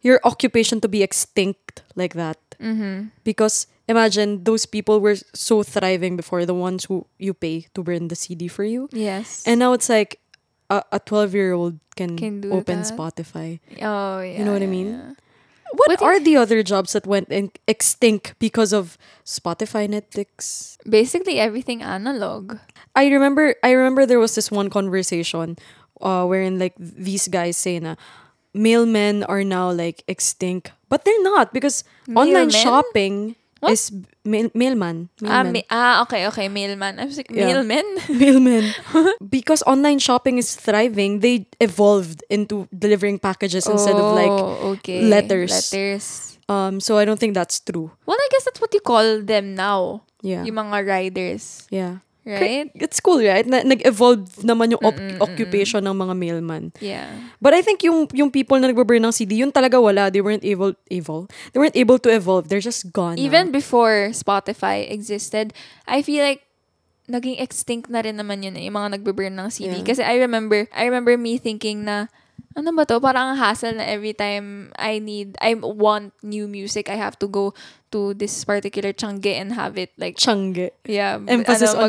[SPEAKER 2] your occupation to be extinct like that.
[SPEAKER 1] Mhm.
[SPEAKER 2] Because imagine those people were so thriving before the ones who you pay to burn the CD for you.
[SPEAKER 1] Yes.
[SPEAKER 2] And now it's like a, a 12-year-old can,
[SPEAKER 1] Can do
[SPEAKER 2] open
[SPEAKER 1] that.
[SPEAKER 2] Spotify.
[SPEAKER 1] oh yeah.
[SPEAKER 2] You know what I
[SPEAKER 1] yeah,
[SPEAKER 2] mean?
[SPEAKER 1] yeah.
[SPEAKER 2] What,
[SPEAKER 1] What do you-
[SPEAKER 2] are the other jobs that went in, extinct because of Spotify, Netflix,
[SPEAKER 1] Basically everything analog.
[SPEAKER 2] I remember I remember there was this one conversation uh wherein like these guys say na mailmen are now like extinct but they're not because online
[SPEAKER 1] Mailmen?
[SPEAKER 2] shopping
[SPEAKER 1] What?
[SPEAKER 2] is mail- mailman
[SPEAKER 1] Ah,
[SPEAKER 2] mailman.
[SPEAKER 1] ma- ah, okay, okay, mailman. I was like,
[SPEAKER 2] Yeah.
[SPEAKER 1] mailman?
[SPEAKER 2] Mailmen. because online shopping is thriving they evolved into delivering packages instead of like
[SPEAKER 1] Oh, okay.
[SPEAKER 2] letters.
[SPEAKER 1] Letters.
[SPEAKER 2] um so I don't think that's true
[SPEAKER 1] Well, I guess that's what you call them now.
[SPEAKER 2] yeah
[SPEAKER 1] Yung mga riders,
[SPEAKER 2] yeah
[SPEAKER 1] right?
[SPEAKER 2] it's cool right Na- nag-evolve naman yung op- occupation ng mga mailman
[SPEAKER 1] Yeah.
[SPEAKER 2] But I think yung yung people na nagbaburn ng CD, yun talaga wala. They weren't able able. They weren't able to evolve. They're just gone.
[SPEAKER 1] Even before Spotify existed, I feel like naging extinct na rin naman yun eh, yung mga nagbe-burn ng CD.
[SPEAKER 2] Yeah.
[SPEAKER 1] Kasi I remember, I remember me thinking na, ano ba to? Parang ang hassle na every time I need, I want new music, I have to go to this particular changge and have it like,
[SPEAKER 2] changge.
[SPEAKER 1] yeah,
[SPEAKER 2] Emphasis on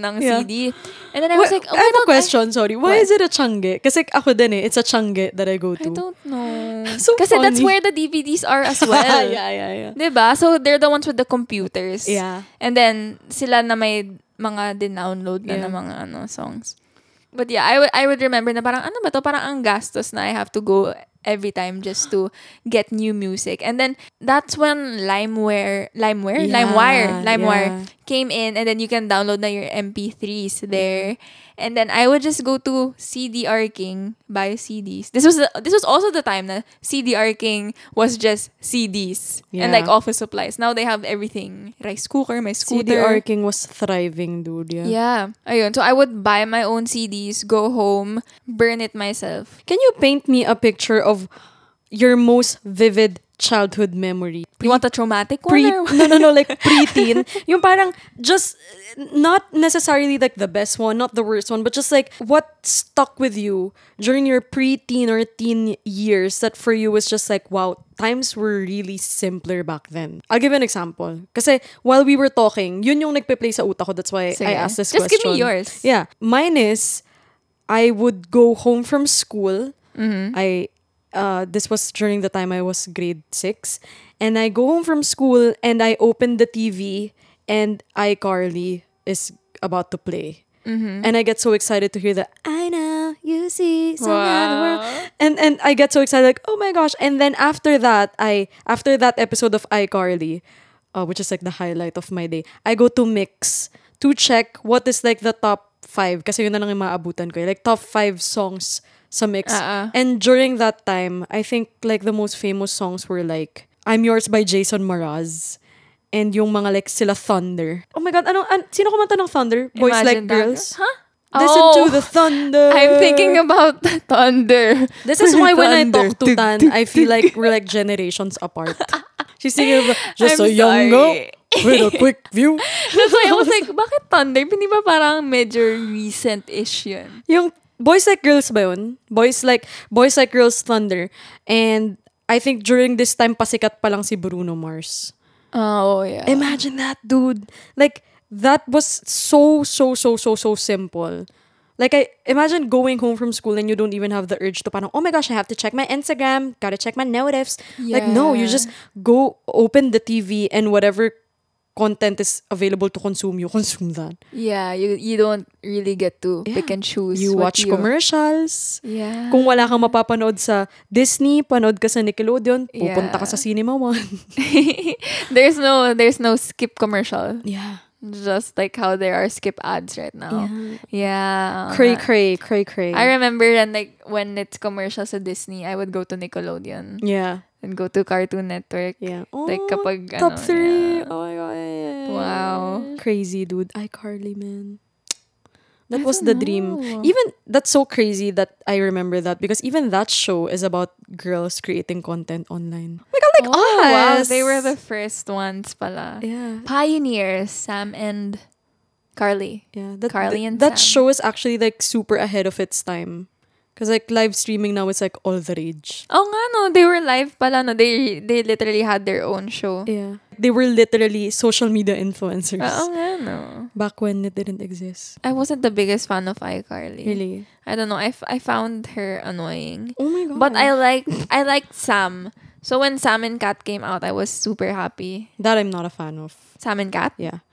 [SPEAKER 2] Changge.
[SPEAKER 1] ng
[SPEAKER 2] Yeah.
[SPEAKER 1] CD. And then I was
[SPEAKER 2] Wha-
[SPEAKER 1] like, oh,
[SPEAKER 2] I have
[SPEAKER 1] don't-
[SPEAKER 2] a question, sorry. Why
[SPEAKER 1] What?
[SPEAKER 2] is it a changge? Kasi ako din eh, it's a changge that I go
[SPEAKER 1] I
[SPEAKER 2] to.
[SPEAKER 1] don't know.
[SPEAKER 2] So
[SPEAKER 1] Kasi that's
[SPEAKER 2] funny.
[SPEAKER 1] where the DVDs are as well.
[SPEAKER 2] yeah, yeah, yeah.
[SPEAKER 1] Diba? So, they're the ones with the computers.
[SPEAKER 2] Yeah.
[SPEAKER 1] And then, sila na may mga din-download na,
[SPEAKER 2] Yeah.
[SPEAKER 1] ng mga ano, songs. But yeah, I would I would remember na parang ano ba to? Parang ang gastos na I have to go every time just to get new music. And then, that's when LimeWare, LimeWare?
[SPEAKER 2] Yeah,
[SPEAKER 1] LimeWire, LimeWire
[SPEAKER 2] yeah.
[SPEAKER 1] came in and then you can download na your MP3s there. And then I would just go to CDR King, buy CDs. This was the, this was also the time that CDR King was just CDs
[SPEAKER 2] Yeah.
[SPEAKER 1] and like office supplies. Now they have everything. Rice cooker, my scooter.
[SPEAKER 2] CDR King was thriving, dude. Yeah.
[SPEAKER 1] Yeah. Ayun. So I would buy my own CDs, go home, burn it myself.
[SPEAKER 2] Can you paint me a picture of your most vivid childhood memory?
[SPEAKER 1] you want a traumatic one?
[SPEAKER 2] Pre,
[SPEAKER 1] or what?
[SPEAKER 2] no, no, no, like preteen. Yung parang just uh, not necessarily like the best one, not the worst one, but just like what stuck with you during your preteen or teen years that for you was just like, wow, times were really simpler back then. I'll give you an example. Kasi while we were talking, yun yung nagpe-play sa utak ko. That's why
[SPEAKER 1] Sige.
[SPEAKER 2] I asked this
[SPEAKER 1] Just
[SPEAKER 2] question.
[SPEAKER 1] give me yours.
[SPEAKER 2] Yeah. Mine is, I would go home from school. I uh, this was during the time I was grade six, and I go home from school and I open the TV and iCarly is about to play, and I get so excited to hear the I know you see some other world, and and I get so excited like oh my gosh, and then after that I after that episode of iCarly. Uh, which is like the highlight of my day. I go to Mix to check what is like the top five. Kasi yun na lang yung maabutan ko. eh. Like top five songs sa Mix.
[SPEAKER 1] Ah, ah.
[SPEAKER 2] And during that time, I think like the most famous songs were like I'm Yours by Jason Mraz and yung mga like sila Thunder. Oh my god, ano an, sino kumanta ng Thunder? Boys Like
[SPEAKER 1] Imagine that.
[SPEAKER 2] Girls.
[SPEAKER 1] Huh?
[SPEAKER 2] Listen
[SPEAKER 1] Oh.
[SPEAKER 2] to the thunder.
[SPEAKER 1] I'm thinking about thunder.
[SPEAKER 2] This is why when I
[SPEAKER 1] Thunder.
[SPEAKER 2] talk to Tan, I feel like we're like generations apart. She's singing about, just a
[SPEAKER 1] I'm
[SPEAKER 2] young girl
[SPEAKER 1] sorry."
[SPEAKER 2] with a quick view.
[SPEAKER 1] That's why I was like, bakit thunder? Hindi ba parang medyo recent-ish yun?
[SPEAKER 2] Yung Boys Like Girls ba yun? Boys Like, Boys Like Girls Thunder. And I think during this time, pasikat pa lang si Bruno Mars.
[SPEAKER 1] Oh, yeah.
[SPEAKER 2] Imagine that, dude. Like, that was so, so, so, so, so simple. Like, I imagine going home from school and you don't even have the urge to parang, oh my gosh, I have to check my Instagram, gotta check my narratives. Like, no, you
[SPEAKER 1] Yeah.
[SPEAKER 2] just go open the TV and whatever content is available to consume, you consume that.
[SPEAKER 1] yeah, you you don't really get to pick and choose.
[SPEAKER 2] You
[SPEAKER 1] what
[SPEAKER 2] watch commercials.
[SPEAKER 1] Yeah.
[SPEAKER 2] Kung wala kang mapapanood sa Disney, panood ka sa Nickelodeon, pupunta
[SPEAKER 1] Yeah.
[SPEAKER 2] ka sa Cinema One.
[SPEAKER 1] there's no there's no skip commercial.
[SPEAKER 2] Yeah.
[SPEAKER 1] Just like how there are skip ads right now. Yeah.
[SPEAKER 2] Cray, cray, cray, cray.
[SPEAKER 1] Oh. Uh, I remember and like when it's commercials at Disney, I would go to Nickelodeon
[SPEAKER 2] yeah.
[SPEAKER 1] and go to Cartoon Network.
[SPEAKER 2] Yeah.
[SPEAKER 1] Like
[SPEAKER 2] Oh,
[SPEAKER 1] kapag
[SPEAKER 2] Top
[SPEAKER 1] ano,
[SPEAKER 2] three.
[SPEAKER 1] yeah.
[SPEAKER 2] Oh my god.
[SPEAKER 1] Wow.
[SPEAKER 2] Crazy dude. iCarly man. That
[SPEAKER 1] I
[SPEAKER 2] was the
[SPEAKER 1] don't
[SPEAKER 2] dream.
[SPEAKER 1] know.
[SPEAKER 2] Even that's so crazy that I remember that because even that show is about girls creating content online. Oh my god, like
[SPEAKER 1] Oh, wow,
[SPEAKER 2] us.
[SPEAKER 1] they were the first ones pala.
[SPEAKER 2] yeah.
[SPEAKER 1] Pioneers, Sam and Carly.
[SPEAKER 2] Yeah, that,
[SPEAKER 1] Carly
[SPEAKER 2] th-
[SPEAKER 1] and
[SPEAKER 2] that
[SPEAKER 1] Sam.
[SPEAKER 2] show is actually like super ahead of its time. Cause like live streaming now is like all the rage.
[SPEAKER 1] Oh nga no, they were live pala no. They they literally had their own show.
[SPEAKER 2] Yeah. They were literally social media influencers
[SPEAKER 1] Oo nga no.
[SPEAKER 2] back when it didn't exist.
[SPEAKER 1] I wasn't the biggest fan of iCarly.
[SPEAKER 2] Really?
[SPEAKER 1] I don't know. I, f- I found her annoying.
[SPEAKER 2] Oh my god.
[SPEAKER 1] But I liked I liked Sam. So when Sam and Cat came out, I was super happy.
[SPEAKER 2] that I'm not a fan of.
[SPEAKER 1] Sam and Cat.
[SPEAKER 2] Yeah.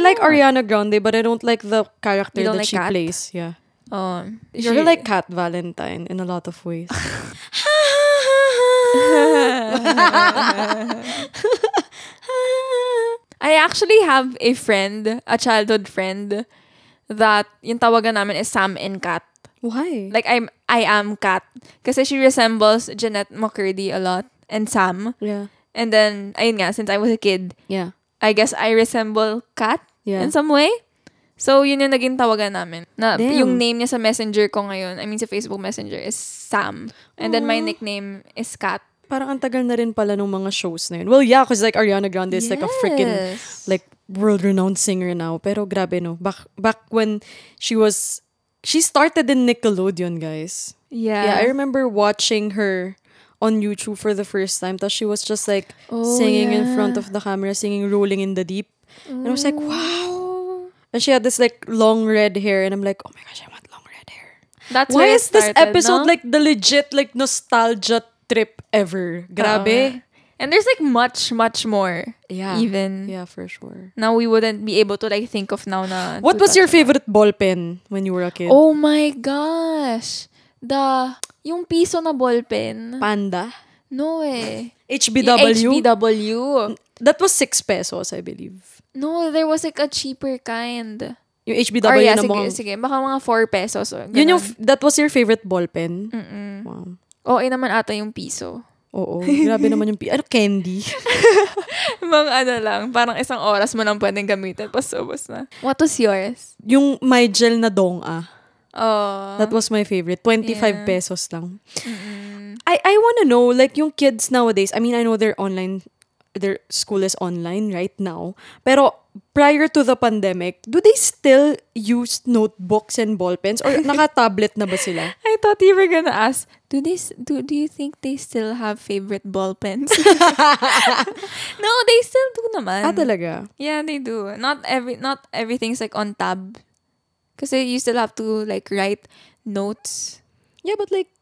[SPEAKER 2] I like
[SPEAKER 1] not?
[SPEAKER 2] Ariana Grande, but I don't like the character
[SPEAKER 1] You
[SPEAKER 2] that
[SPEAKER 1] don't like
[SPEAKER 2] she
[SPEAKER 1] Kat?
[SPEAKER 2] plays. Yeah.
[SPEAKER 1] Oh,
[SPEAKER 2] You're
[SPEAKER 1] she-
[SPEAKER 2] like Kat Valentine in a lot of ways.
[SPEAKER 1] I actually have a friend, a childhood friend, that yung tawagan namin is Sam and Kat.
[SPEAKER 2] Why?
[SPEAKER 1] Like, I'm, I am Kat. Kasi she resembles Jeanette McCurdy a lot and Sam.
[SPEAKER 2] yeah.
[SPEAKER 1] And then, ayun nga, since I was a kid,
[SPEAKER 2] Yeah.
[SPEAKER 1] I guess I resemble Kat
[SPEAKER 2] Yeah.
[SPEAKER 1] in some way. So, yun yung naging tawagan namin. Na,
[SPEAKER 2] Damn.
[SPEAKER 1] Yung name niya sa messenger ko ngayon, I mean sa Facebook messenger, is Sam. And then my nickname is Kat.
[SPEAKER 2] Parang ang tagal na rin pala ng mga shows na yun. Well, yeah, because like Ariana Grande is like a freaking
[SPEAKER 1] Yes.
[SPEAKER 2] like world-renowned singer now. Pero grabe no. Back, back when she was... She started in Nickelodeon, guys. Yeah,
[SPEAKER 1] yeah.
[SPEAKER 2] I remember watching her on YouTube for the first time. Tapos she was just like
[SPEAKER 1] Oh,
[SPEAKER 2] singing in
[SPEAKER 1] yeah.
[SPEAKER 2] front of the camera, singing Rolling in the Deep. And I was like, wow.
[SPEAKER 1] Oh.
[SPEAKER 2] And she had this like long red hair. And I'm like, oh my gosh, I want long red hair.
[SPEAKER 1] That's
[SPEAKER 2] Why
[SPEAKER 1] where it
[SPEAKER 2] is this
[SPEAKER 1] started,
[SPEAKER 2] episode
[SPEAKER 1] no?
[SPEAKER 2] like the legit like nostalgia trip ever?
[SPEAKER 1] Uh,
[SPEAKER 2] Grabe.
[SPEAKER 1] Oh. And there's like much, much more.
[SPEAKER 2] Yeah.
[SPEAKER 1] Even.
[SPEAKER 2] Yeah, for sure.
[SPEAKER 1] Now we wouldn't be able to like think of now na.
[SPEAKER 2] What
[SPEAKER 1] to
[SPEAKER 2] was
[SPEAKER 1] touch
[SPEAKER 2] your
[SPEAKER 1] on.
[SPEAKER 2] favorite ball pen when you were a kid?
[SPEAKER 1] Oh my gosh. The, yung piso na ballpen.
[SPEAKER 2] Panda.
[SPEAKER 1] No eh.
[SPEAKER 2] HBW.
[SPEAKER 1] HBW.
[SPEAKER 2] That was 6 pesos, I believe.
[SPEAKER 1] No, there was like a cheaper kind.
[SPEAKER 2] Yung HBW
[SPEAKER 1] Or yeah,
[SPEAKER 2] na
[SPEAKER 1] sige,
[SPEAKER 2] mga...
[SPEAKER 1] sige. Baka mga 4 pesos. Or,
[SPEAKER 2] Yun yung,
[SPEAKER 1] ganun.
[SPEAKER 2] f- that was your favorite ball pen? Wow.
[SPEAKER 1] Oo, eh, naman ata yung piso.
[SPEAKER 2] Oo. Grabe naman yung, pi- ano, candy.
[SPEAKER 1] Mga ano lang, parang isang oras mo lang pwedeng gamitin. Tapos ubos na. What was yours?
[SPEAKER 2] Yung my gel na dong ah.
[SPEAKER 1] Oh.
[SPEAKER 2] That was my favorite. 25
[SPEAKER 1] Yeah.
[SPEAKER 2] pesos lang. I I want to know like yung kids nowadays. I mean, I know they're online their school is online right now. Pero prior to the pandemic, do they still use notebooks and ballpens or naka-tablet na ba sila?
[SPEAKER 1] I thought you were gonna ask, do they s- do do you think they still have favorite ball pens? no, they still do naman.
[SPEAKER 2] Ah, talaga?
[SPEAKER 1] Yeah, they do. Not every not everything's like on tab. Kasi you still have to like write notes
[SPEAKER 2] Yeah, but like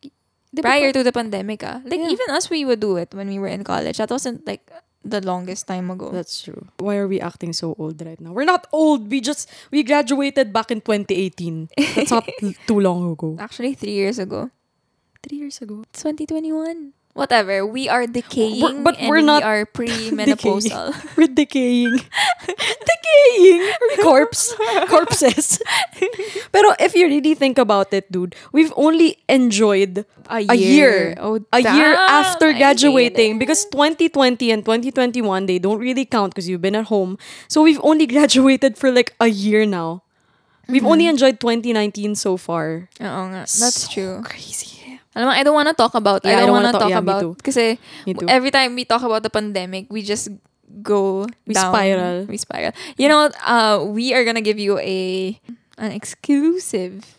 [SPEAKER 2] di ba
[SPEAKER 1] prior
[SPEAKER 2] pa-
[SPEAKER 1] to the pandemic. Ah. Like
[SPEAKER 2] Yeah.
[SPEAKER 1] even us we would do it when we were in college. That wasn't like the longest time ago.
[SPEAKER 2] That's true. Why are we acting so old right now? We're not old. We just we graduated back in 2018. That's not too long ago.
[SPEAKER 1] Actually 3 years ago.
[SPEAKER 2] Three years ago.
[SPEAKER 1] 2021. Whatever, we are decaying
[SPEAKER 2] but
[SPEAKER 1] and
[SPEAKER 2] we're not
[SPEAKER 1] we are pre-menopausal.
[SPEAKER 2] We're decaying. decaying. We're corpse. Corpses. Pero if you really think about it, dude, we've only enjoyed a year.
[SPEAKER 1] Oh,
[SPEAKER 2] a year
[SPEAKER 1] damn, I
[SPEAKER 2] after
[SPEAKER 1] hate
[SPEAKER 2] graduating
[SPEAKER 1] it.
[SPEAKER 2] because 2020 and 2021 they don't really count because you've been at home. So we've only graduated for like a year now. We've
[SPEAKER 1] Mm-hmm.
[SPEAKER 2] only enjoyed 2019 so far.
[SPEAKER 1] Oo nga, that's
[SPEAKER 2] So
[SPEAKER 1] true.
[SPEAKER 2] Crazy.
[SPEAKER 1] Alam mo, I don't wanna talk about it.
[SPEAKER 2] Yeah,
[SPEAKER 1] I don't wanna, talk
[SPEAKER 2] yeah, me
[SPEAKER 1] about
[SPEAKER 2] too.
[SPEAKER 1] Kasi
[SPEAKER 2] Me too.
[SPEAKER 1] every time we talk about the pandemic, we just go
[SPEAKER 2] We
[SPEAKER 1] down.
[SPEAKER 2] spiral.
[SPEAKER 1] We spiral. You know, uh, we are gonna give you a an exclusive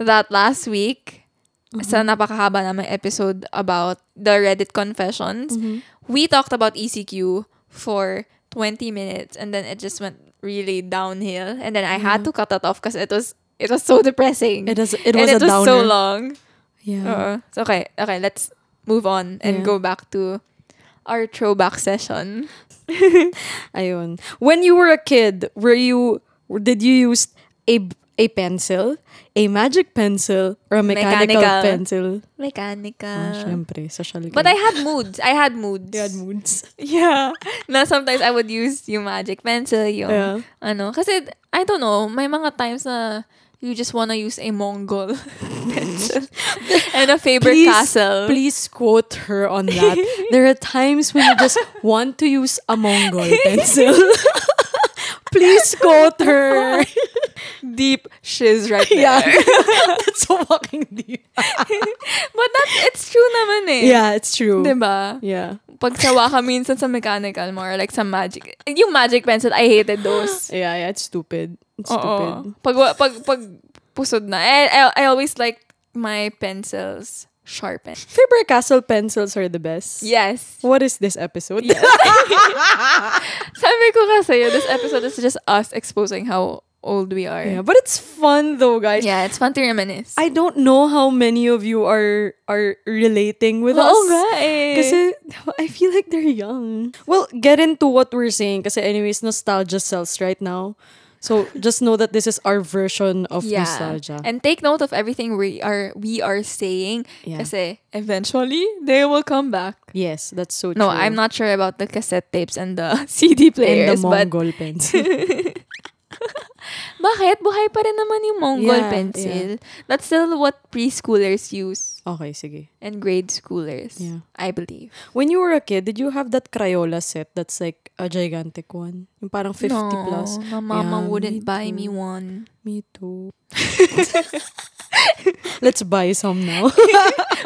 [SPEAKER 1] that last week
[SPEAKER 2] Mm-hmm.
[SPEAKER 1] sa napakahaba namin episode about the Reddit confessions,
[SPEAKER 2] Mm-hmm.
[SPEAKER 1] we talked about ECQ for 20 minutes and then it just went really downhill and then I had to cut that off because it was it was so depressing.
[SPEAKER 2] Mm-hmm. It is it was
[SPEAKER 1] and
[SPEAKER 2] a
[SPEAKER 1] it was
[SPEAKER 2] downer.
[SPEAKER 1] so long. Uh.
[SPEAKER 2] Yeah.
[SPEAKER 1] Oo. So, Uh-uh. okay, okay, let's move on
[SPEAKER 2] Mm.
[SPEAKER 1] and
[SPEAKER 2] Yeah.
[SPEAKER 1] go back to our throwback session.
[SPEAKER 2] Ayun. When you were a kid, were you did you use a a pencil, a magic pencil, or a mechanical,
[SPEAKER 1] Mechanical.
[SPEAKER 2] pencil? ah,
[SPEAKER 1] Mechanical.
[SPEAKER 2] syempre, social
[SPEAKER 1] But I had moods. I had moods.
[SPEAKER 2] had moods.
[SPEAKER 1] Yeah. Na sometimes I would use yung magic pencil, yung
[SPEAKER 2] Yeah.
[SPEAKER 1] ano. Kasi, I don't know, may mga times na you just wanna use a Mongol pencil and a Faber-Castell.
[SPEAKER 2] please quote her on that. there are times when you just want to use a Mongol pencil. please quote her.
[SPEAKER 1] Deep shiz right there.
[SPEAKER 2] yeah. That's so fucking deep.
[SPEAKER 1] But that's, it's true naman eh.
[SPEAKER 2] Yeah, it's true.
[SPEAKER 1] Diba?
[SPEAKER 2] Yeah.
[SPEAKER 1] Pag sawa ka minsan sa mechanical more, like sa magic. Yung magic pencil, I hated those.
[SPEAKER 2] Yeah, yeah, it's stupid. It's
[SPEAKER 1] Oo.
[SPEAKER 2] stupid.
[SPEAKER 1] Pag, wa- pag, pag pusod na. I, I, I always like my pencils sharpened.
[SPEAKER 2] Faber Castle pencils are the best.
[SPEAKER 1] Yes.
[SPEAKER 2] What is this episode?
[SPEAKER 1] Sabi ko kasi, this episode is just us exposing how old we are.
[SPEAKER 2] Yeah, but it's fun though, guys.
[SPEAKER 1] Yeah, it's fun to reminisce.
[SPEAKER 2] I don't know how many of you are are relating with us.
[SPEAKER 1] Oo nga eh.
[SPEAKER 2] Kasi I feel like they're young. Well, get into what we're saying. Kasi anyways, nostalgia sells right now. So just know that this is our version of
[SPEAKER 1] yeah.
[SPEAKER 2] nostalgia.
[SPEAKER 1] And take note of everything we are we are saying.
[SPEAKER 2] Yeah.
[SPEAKER 1] Kasi eventually, they will come back.
[SPEAKER 2] yes, that's so
[SPEAKER 1] No,
[SPEAKER 2] true.
[SPEAKER 1] I'm not sure about the cassette tapes and the
[SPEAKER 2] And the
[SPEAKER 1] CD players. but
[SPEAKER 2] Mongol pencil.
[SPEAKER 1] bakit? Buhay pa rin naman yung Mongol
[SPEAKER 2] Yeah,
[SPEAKER 1] pencil. That's still what preschoolers use
[SPEAKER 2] okay, sige.
[SPEAKER 1] and grade schoolers.
[SPEAKER 2] Yeah.
[SPEAKER 1] I believe.
[SPEAKER 2] When you were a kid, did you have that Crayola set that's like a gigantic one? Yung parang 50
[SPEAKER 1] no,
[SPEAKER 2] plus.
[SPEAKER 1] my mama
[SPEAKER 2] Yeah,
[SPEAKER 1] wouldn't
[SPEAKER 2] me
[SPEAKER 1] buy
[SPEAKER 2] too.
[SPEAKER 1] me one.
[SPEAKER 2] Me too. Let's buy some now.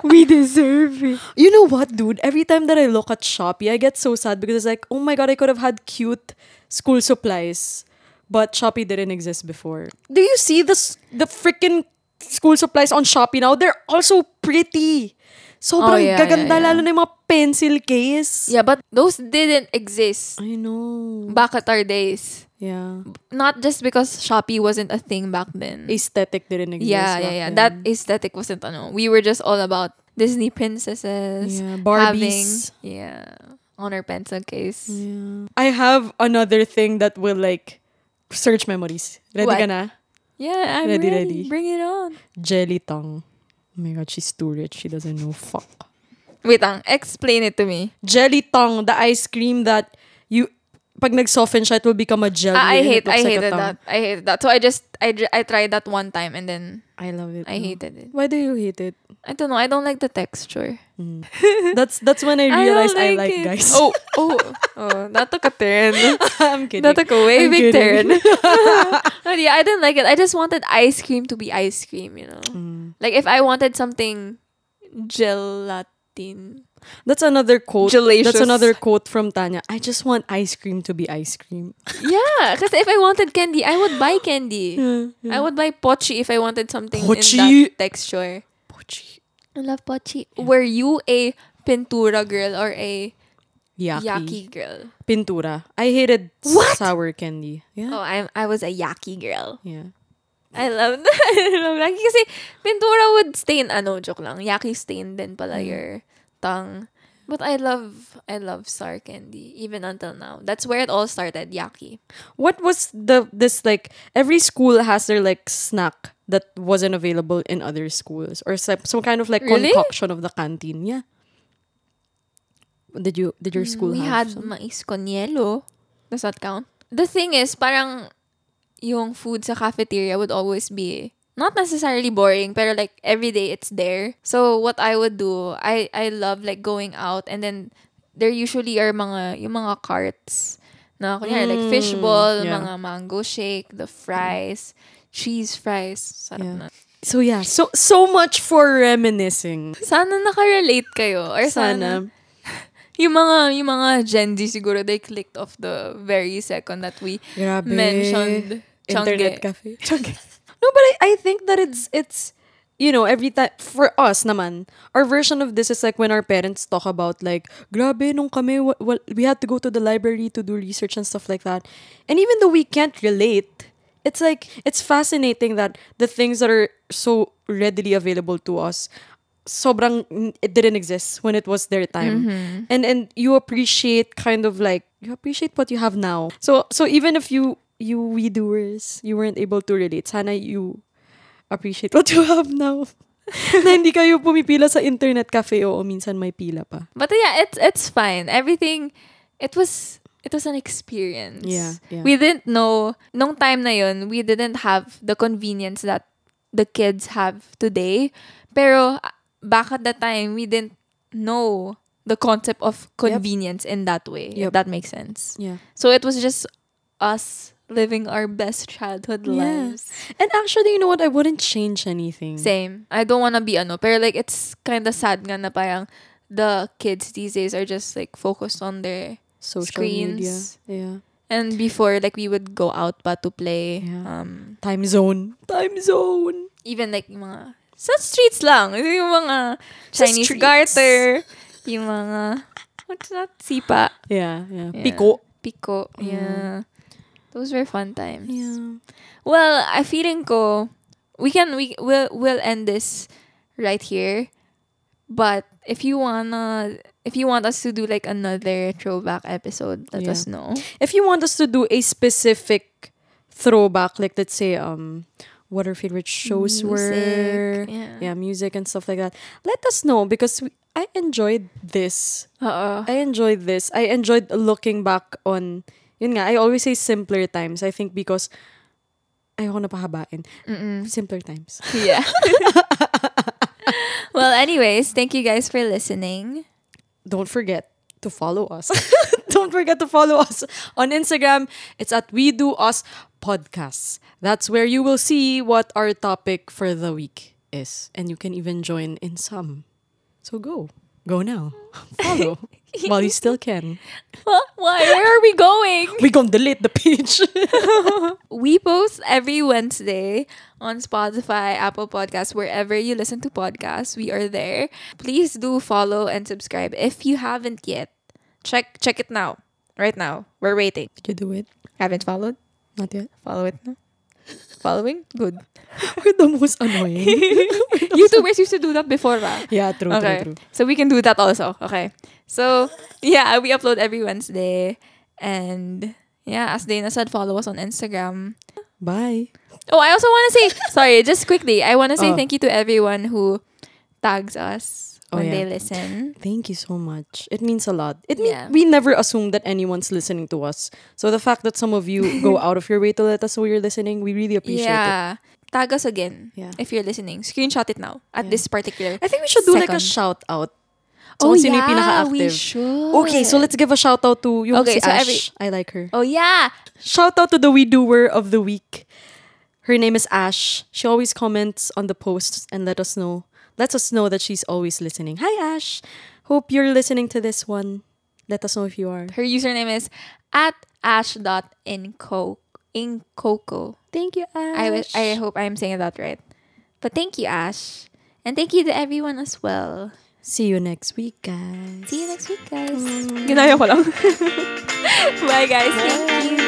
[SPEAKER 1] We deserve it.
[SPEAKER 2] you know what, dude? Every time that I look at Shopee, I get so sad because it's like, oh my god, I could have had cute school supplies, but Shopee didn't exist before. Do you see the s- the freaking school supplies on Shopee now? They're also pretty. Sobrang
[SPEAKER 1] Oh, yeah,
[SPEAKER 2] gaganda
[SPEAKER 1] yeah, yeah.
[SPEAKER 2] lalo na yung mga pencil case.
[SPEAKER 1] Yeah, but those didn't exist
[SPEAKER 2] I know.
[SPEAKER 1] back at our days.
[SPEAKER 2] yeah.
[SPEAKER 1] Not just because Shopee wasn't a thing back then.
[SPEAKER 2] Aesthetic didn't exist.
[SPEAKER 1] yeah, yeah,
[SPEAKER 2] back
[SPEAKER 1] yeah.
[SPEAKER 2] then.
[SPEAKER 1] That aesthetic wasn't ano. We were just all about Disney princesses.
[SPEAKER 2] Yeah, Barbies. Mm.
[SPEAKER 1] Having, yeah. On our pencil case.
[SPEAKER 2] I have another thing that will like search memories. Ready
[SPEAKER 1] What?
[SPEAKER 2] ka na?
[SPEAKER 1] Yeah, I'm
[SPEAKER 2] Ready, ready.
[SPEAKER 1] ready, Bring it on.
[SPEAKER 2] Jelly tongue. Oh my god, she's too rich. She doesn't know fuck.
[SPEAKER 1] Wait lang, explain it to me.
[SPEAKER 2] Jelly tongue, the ice cream that you, pag nag-soften siya, it will become a jelly.
[SPEAKER 1] Ah,
[SPEAKER 2] and
[SPEAKER 1] I
[SPEAKER 2] it
[SPEAKER 1] hate,
[SPEAKER 2] looks
[SPEAKER 1] I
[SPEAKER 2] like a
[SPEAKER 1] hated
[SPEAKER 2] tongue.
[SPEAKER 1] that. I hated that. So I just, I, dr- I tried that one time and then
[SPEAKER 2] I love it.
[SPEAKER 1] I hated it.
[SPEAKER 2] Why do you hate it?
[SPEAKER 1] I don't know. I don't like the texture.
[SPEAKER 2] That's that's when I
[SPEAKER 1] don't
[SPEAKER 2] realized I like,
[SPEAKER 1] it.
[SPEAKER 2] guys.
[SPEAKER 1] Oh, oh, oh, that took a turn.
[SPEAKER 2] I'm kidding.
[SPEAKER 1] That took a way
[SPEAKER 2] I'm
[SPEAKER 1] big
[SPEAKER 2] kidding.
[SPEAKER 1] turn. but yeah, I didn't like it. I just wanted ice cream to be ice cream, you know?
[SPEAKER 2] Mm.
[SPEAKER 1] Like if I wanted something gelatin.
[SPEAKER 2] That's another quote.
[SPEAKER 1] Gelacious.
[SPEAKER 2] Oh, That's another quote from Tanya. I just want ice cream to be ice cream.
[SPEAKER 1] Yeah, because if I wanted candy, I would buy candy. I would buy pochi if I wanted something in
[SPEAKER 2] Pochi.
[SPEAKER 1] that texture.
[SPEAKER 2] Pochi.
[SPEAKER 1] I love pochi. Were you a pintura girl or a
[SPEAKER 2] Yaki.
[SPEAKER 1] yaki girl?
[SPEAKER 2] Pintura. I hated
[SPEAKER 1] What?
[SPEAKER 2] sour candy. Yeah.
[SPEAKER 1] Oh, I I was a yaki girl.
[SPEAKER 2] Yeah.
[SPEAKER 1] I love that. I love yaki kasi pintura would stain. Ano, joke lang. Yaki stain din pala your tongue. But I love, I love sour candy even until now. That's where it all started, yaki.
[SPEAKER 2] What was the this like every school has their like snack that wasn't available in other schools or some, some kind of like
[SPEAKER 1] Really?
[SPEAKER 2] concoction of the canteen. Yeah. Did you did your school
[SPEAKER 1] Mm, we
[SPEAKER 2] have
[SPEAKER 1] had
[SPEAKER 2] some?
[SPEAKER 1] mais con hielo. Does that count? The thing is, parang yung food sa cafeteria would always be not necessarily boring, pero like every day it's there. So what I would do, I I love like going out and then there usually are mga yung mga carts na kunyari like fishball,
[SPEAKER 2] yeah.
[SPEAKER 1] mga mango shake, the fries, cheese fries. Sarap
[SPEAKER 2] Yeah.
[SPEAKER 1] na.
[SPEAKER 2] So yeah, so so much for reminiscing.
[SPEAKER 1] Sana nakarelate kayo or sana
[SPEAKER 2] Sana.
[SPEAKER 1] Yung mga, yung mga Gen Z siguro, they clicked off the very second that we
[SPEAKER 2] Grabe.
[SPEAKER 1] mentioned
[SPEAKER 2] Internet
[SPEAKER 1] Changge.
[SPEAKER 2] cafe. No, but I, I think that it's it's you know, every time for us naman, our version of this is like when our parents talk about like, grabe nung kami wa- wa- we had to go to the library to do research and stuff like that. And even though we can't relate, it's like it's fascinating that the things that are so readily available to us sobrang n- it didn't exist when it was their time and and you appreciate kind of like you appreciate what you have now so so even if you you we doers you weren't able to relate sana you appreciate what you have now na hindi kayo pumipila sa internet cafe o minsan may pila pa
[SPEAKER 1] But yeah, it's it's fine. Everything, it was it was an experience.
[SPEAKER 2] Yeah, yeah.
[SPEAKER 1] We didn't know nung time na yun, we didn't have the convenience that the kids have today. Pero ah, back at that time, we didn't know the concept of convenience in that way.
[SPEAKER 2] Yep.
[SPEAKER 1] If that makes sense.
[SPEAKER 2] yeah
[SPEAKER 1] So it was just us living our best childhood
[SPEAKER 2] Yeah.
[SPEAKER 1] lives.
[SPEAKER 2] and actually you know what I wouldn't change anything
[SPEAKER 1] Same. I don't want to be ano, pero like it's kind of sad nga na parang the kids these days are just like focused on their
[SPEAKER 2] social
[SPEAKER 1] Screens.
[SPEAKER 2] media yeah
[SPEAKER 1] and before like we would go out pa to play
[SPEAKER 2] Yeah.
[SPEAKER 1] um
[SPEAKER 2] time zone time zone
[SPEAKER 1] even like yung mga sa streets lang yung mga
[SPEAKER 2] Sa
[SPEAKER 1] Chinese
[SPEAKER 2] streets.
[SPEAKER 1] garter yung mga what's that sipa
[SPEAKER 2] yeah yeah,
[SPEAKER 1] Yeah.
[SPEAKER 2] pico
[SPEAKER 1] pico yeah. those were fun times
[SPEAKER 2] yeah
[SPEAKER 1] Well, I feeling ko we can we will we'll end this right here. But if you wanna if you want us to do like another throwback episode, let
[SPEAKER 2] Yeah.
[SPEAKER 1] us know.
[SPEAKER 2] if you want us to do a specific throwback, like let's say um what our favorite shows were,
[SPEAKER 1] Music, yeah.
[SPEAKER 2] music and stuff like that, let us know because we, I enjoyed this.
[SPEAKER 1] Uh
[SPEAKER 2] I enjoyed this. I enjoyed looking back on. Yun nga, I always say simpler times. I think because ayoko na pahabain. Simpler times.
[SPEAKER 1] yeah. well, anyways, thank you guys for listening.
[SPEAKER 2] don't forget to follow us. don't forget to follow us on Instagram. It's at We Do Us Podcasts. That's where you will see what our topic for the week is. And you can even join in some. So go. Go now. Follow while you still can.
[SPEAKER 1] Why? Where are we going?
[SPEAKER 2] we gonna delete the page.
[SPEAKER 1] we post every Wednesday on Spotify, Apple Podcasts, wherever you listen to podcasts. We are there. Please do follow and subscribe if you haven't yet. Check check it now. Right now. We're waiting.
[SPEAKER 2] Did you do it?
[SPEAKER 1] Haven't followed?
[SPEAKER 2] Not yet.
[SPEAKER 1] Follow it now. Following? Good.
[SPEAKER 2] We're the most annoying.
[SPEAKER 1] YouTubers used to do that before, right?
[SPEAKER 2] yeah, true,
[SPEAKER 1] Okay.
[SPEAKER 2] true, true.
[SPEAKER 1] So we can do that also. Okay. So yeah, we upload every Wednesday. And yeah, as Dana said, follow us on Instagram.
[SPEAKER 2] Bye.
[SPEAKER 1] Oh, I also want to say sorry. Just quickly, I want to say
[SPEAKER 2] Oh.
[SPEAKER 1] thank you to everyone who tags us
[SPEAKER 2] Oh,
[SPEAKER 1] when
[SPEAKER 2] yeah.
[SPEAKER 1] they listen.
[SPEAKER 2] Thank you so much. It means a lot. It mean,
[SPEAKER 1] Yeah.
[SPEAKER 2] we never assume that anyone's listening to us. So the fact that some of you go out of your way to let us know you're listening, we really appreciate it.
[SPEAKER 1] yeah. Tag us again
[SPEAKER 2] Yeah.
[SPEAKER 1] if you're listening. Screenshot it now at this particular.
[SPEAKER 2] I think we should do like a
[SPEAKER 1] second. Oh,
[SPEAKER 2] shout out. So kung sino yung
[SPEAKER 1] we
[SPEAKER 2] pinaka-active.
[SPEAKER 1] should.
[SPEAKER 2] Okay, so let's give a shout out to yung okay,
[SPEAKER 1] Okay, so every-
[SPEAKER 2] I like her.
[SPEAKER 1] Oh yeah.
[SPEAKER 2] Shout out to the We Doer of the week. Her name is Ash. She always comments on the posts and let us know. Lets us know that she's always listening. Hi Ash. Hope you're listening to this one. Let us know if you are.
[SPEAKER 1] Her username is at ash.inco incoco.
[SPEAKER 2] Thank you, Ash.
[SPEAKER 1] I wish I hope I'm saying that right. But thank you, Ash. And thank you to everyone as well.
[SPEAKER 2] See you next week, guys.
[SPEAKER 1] See you next week, guys. Ginaya ko lang. Bye, guys. Thank you.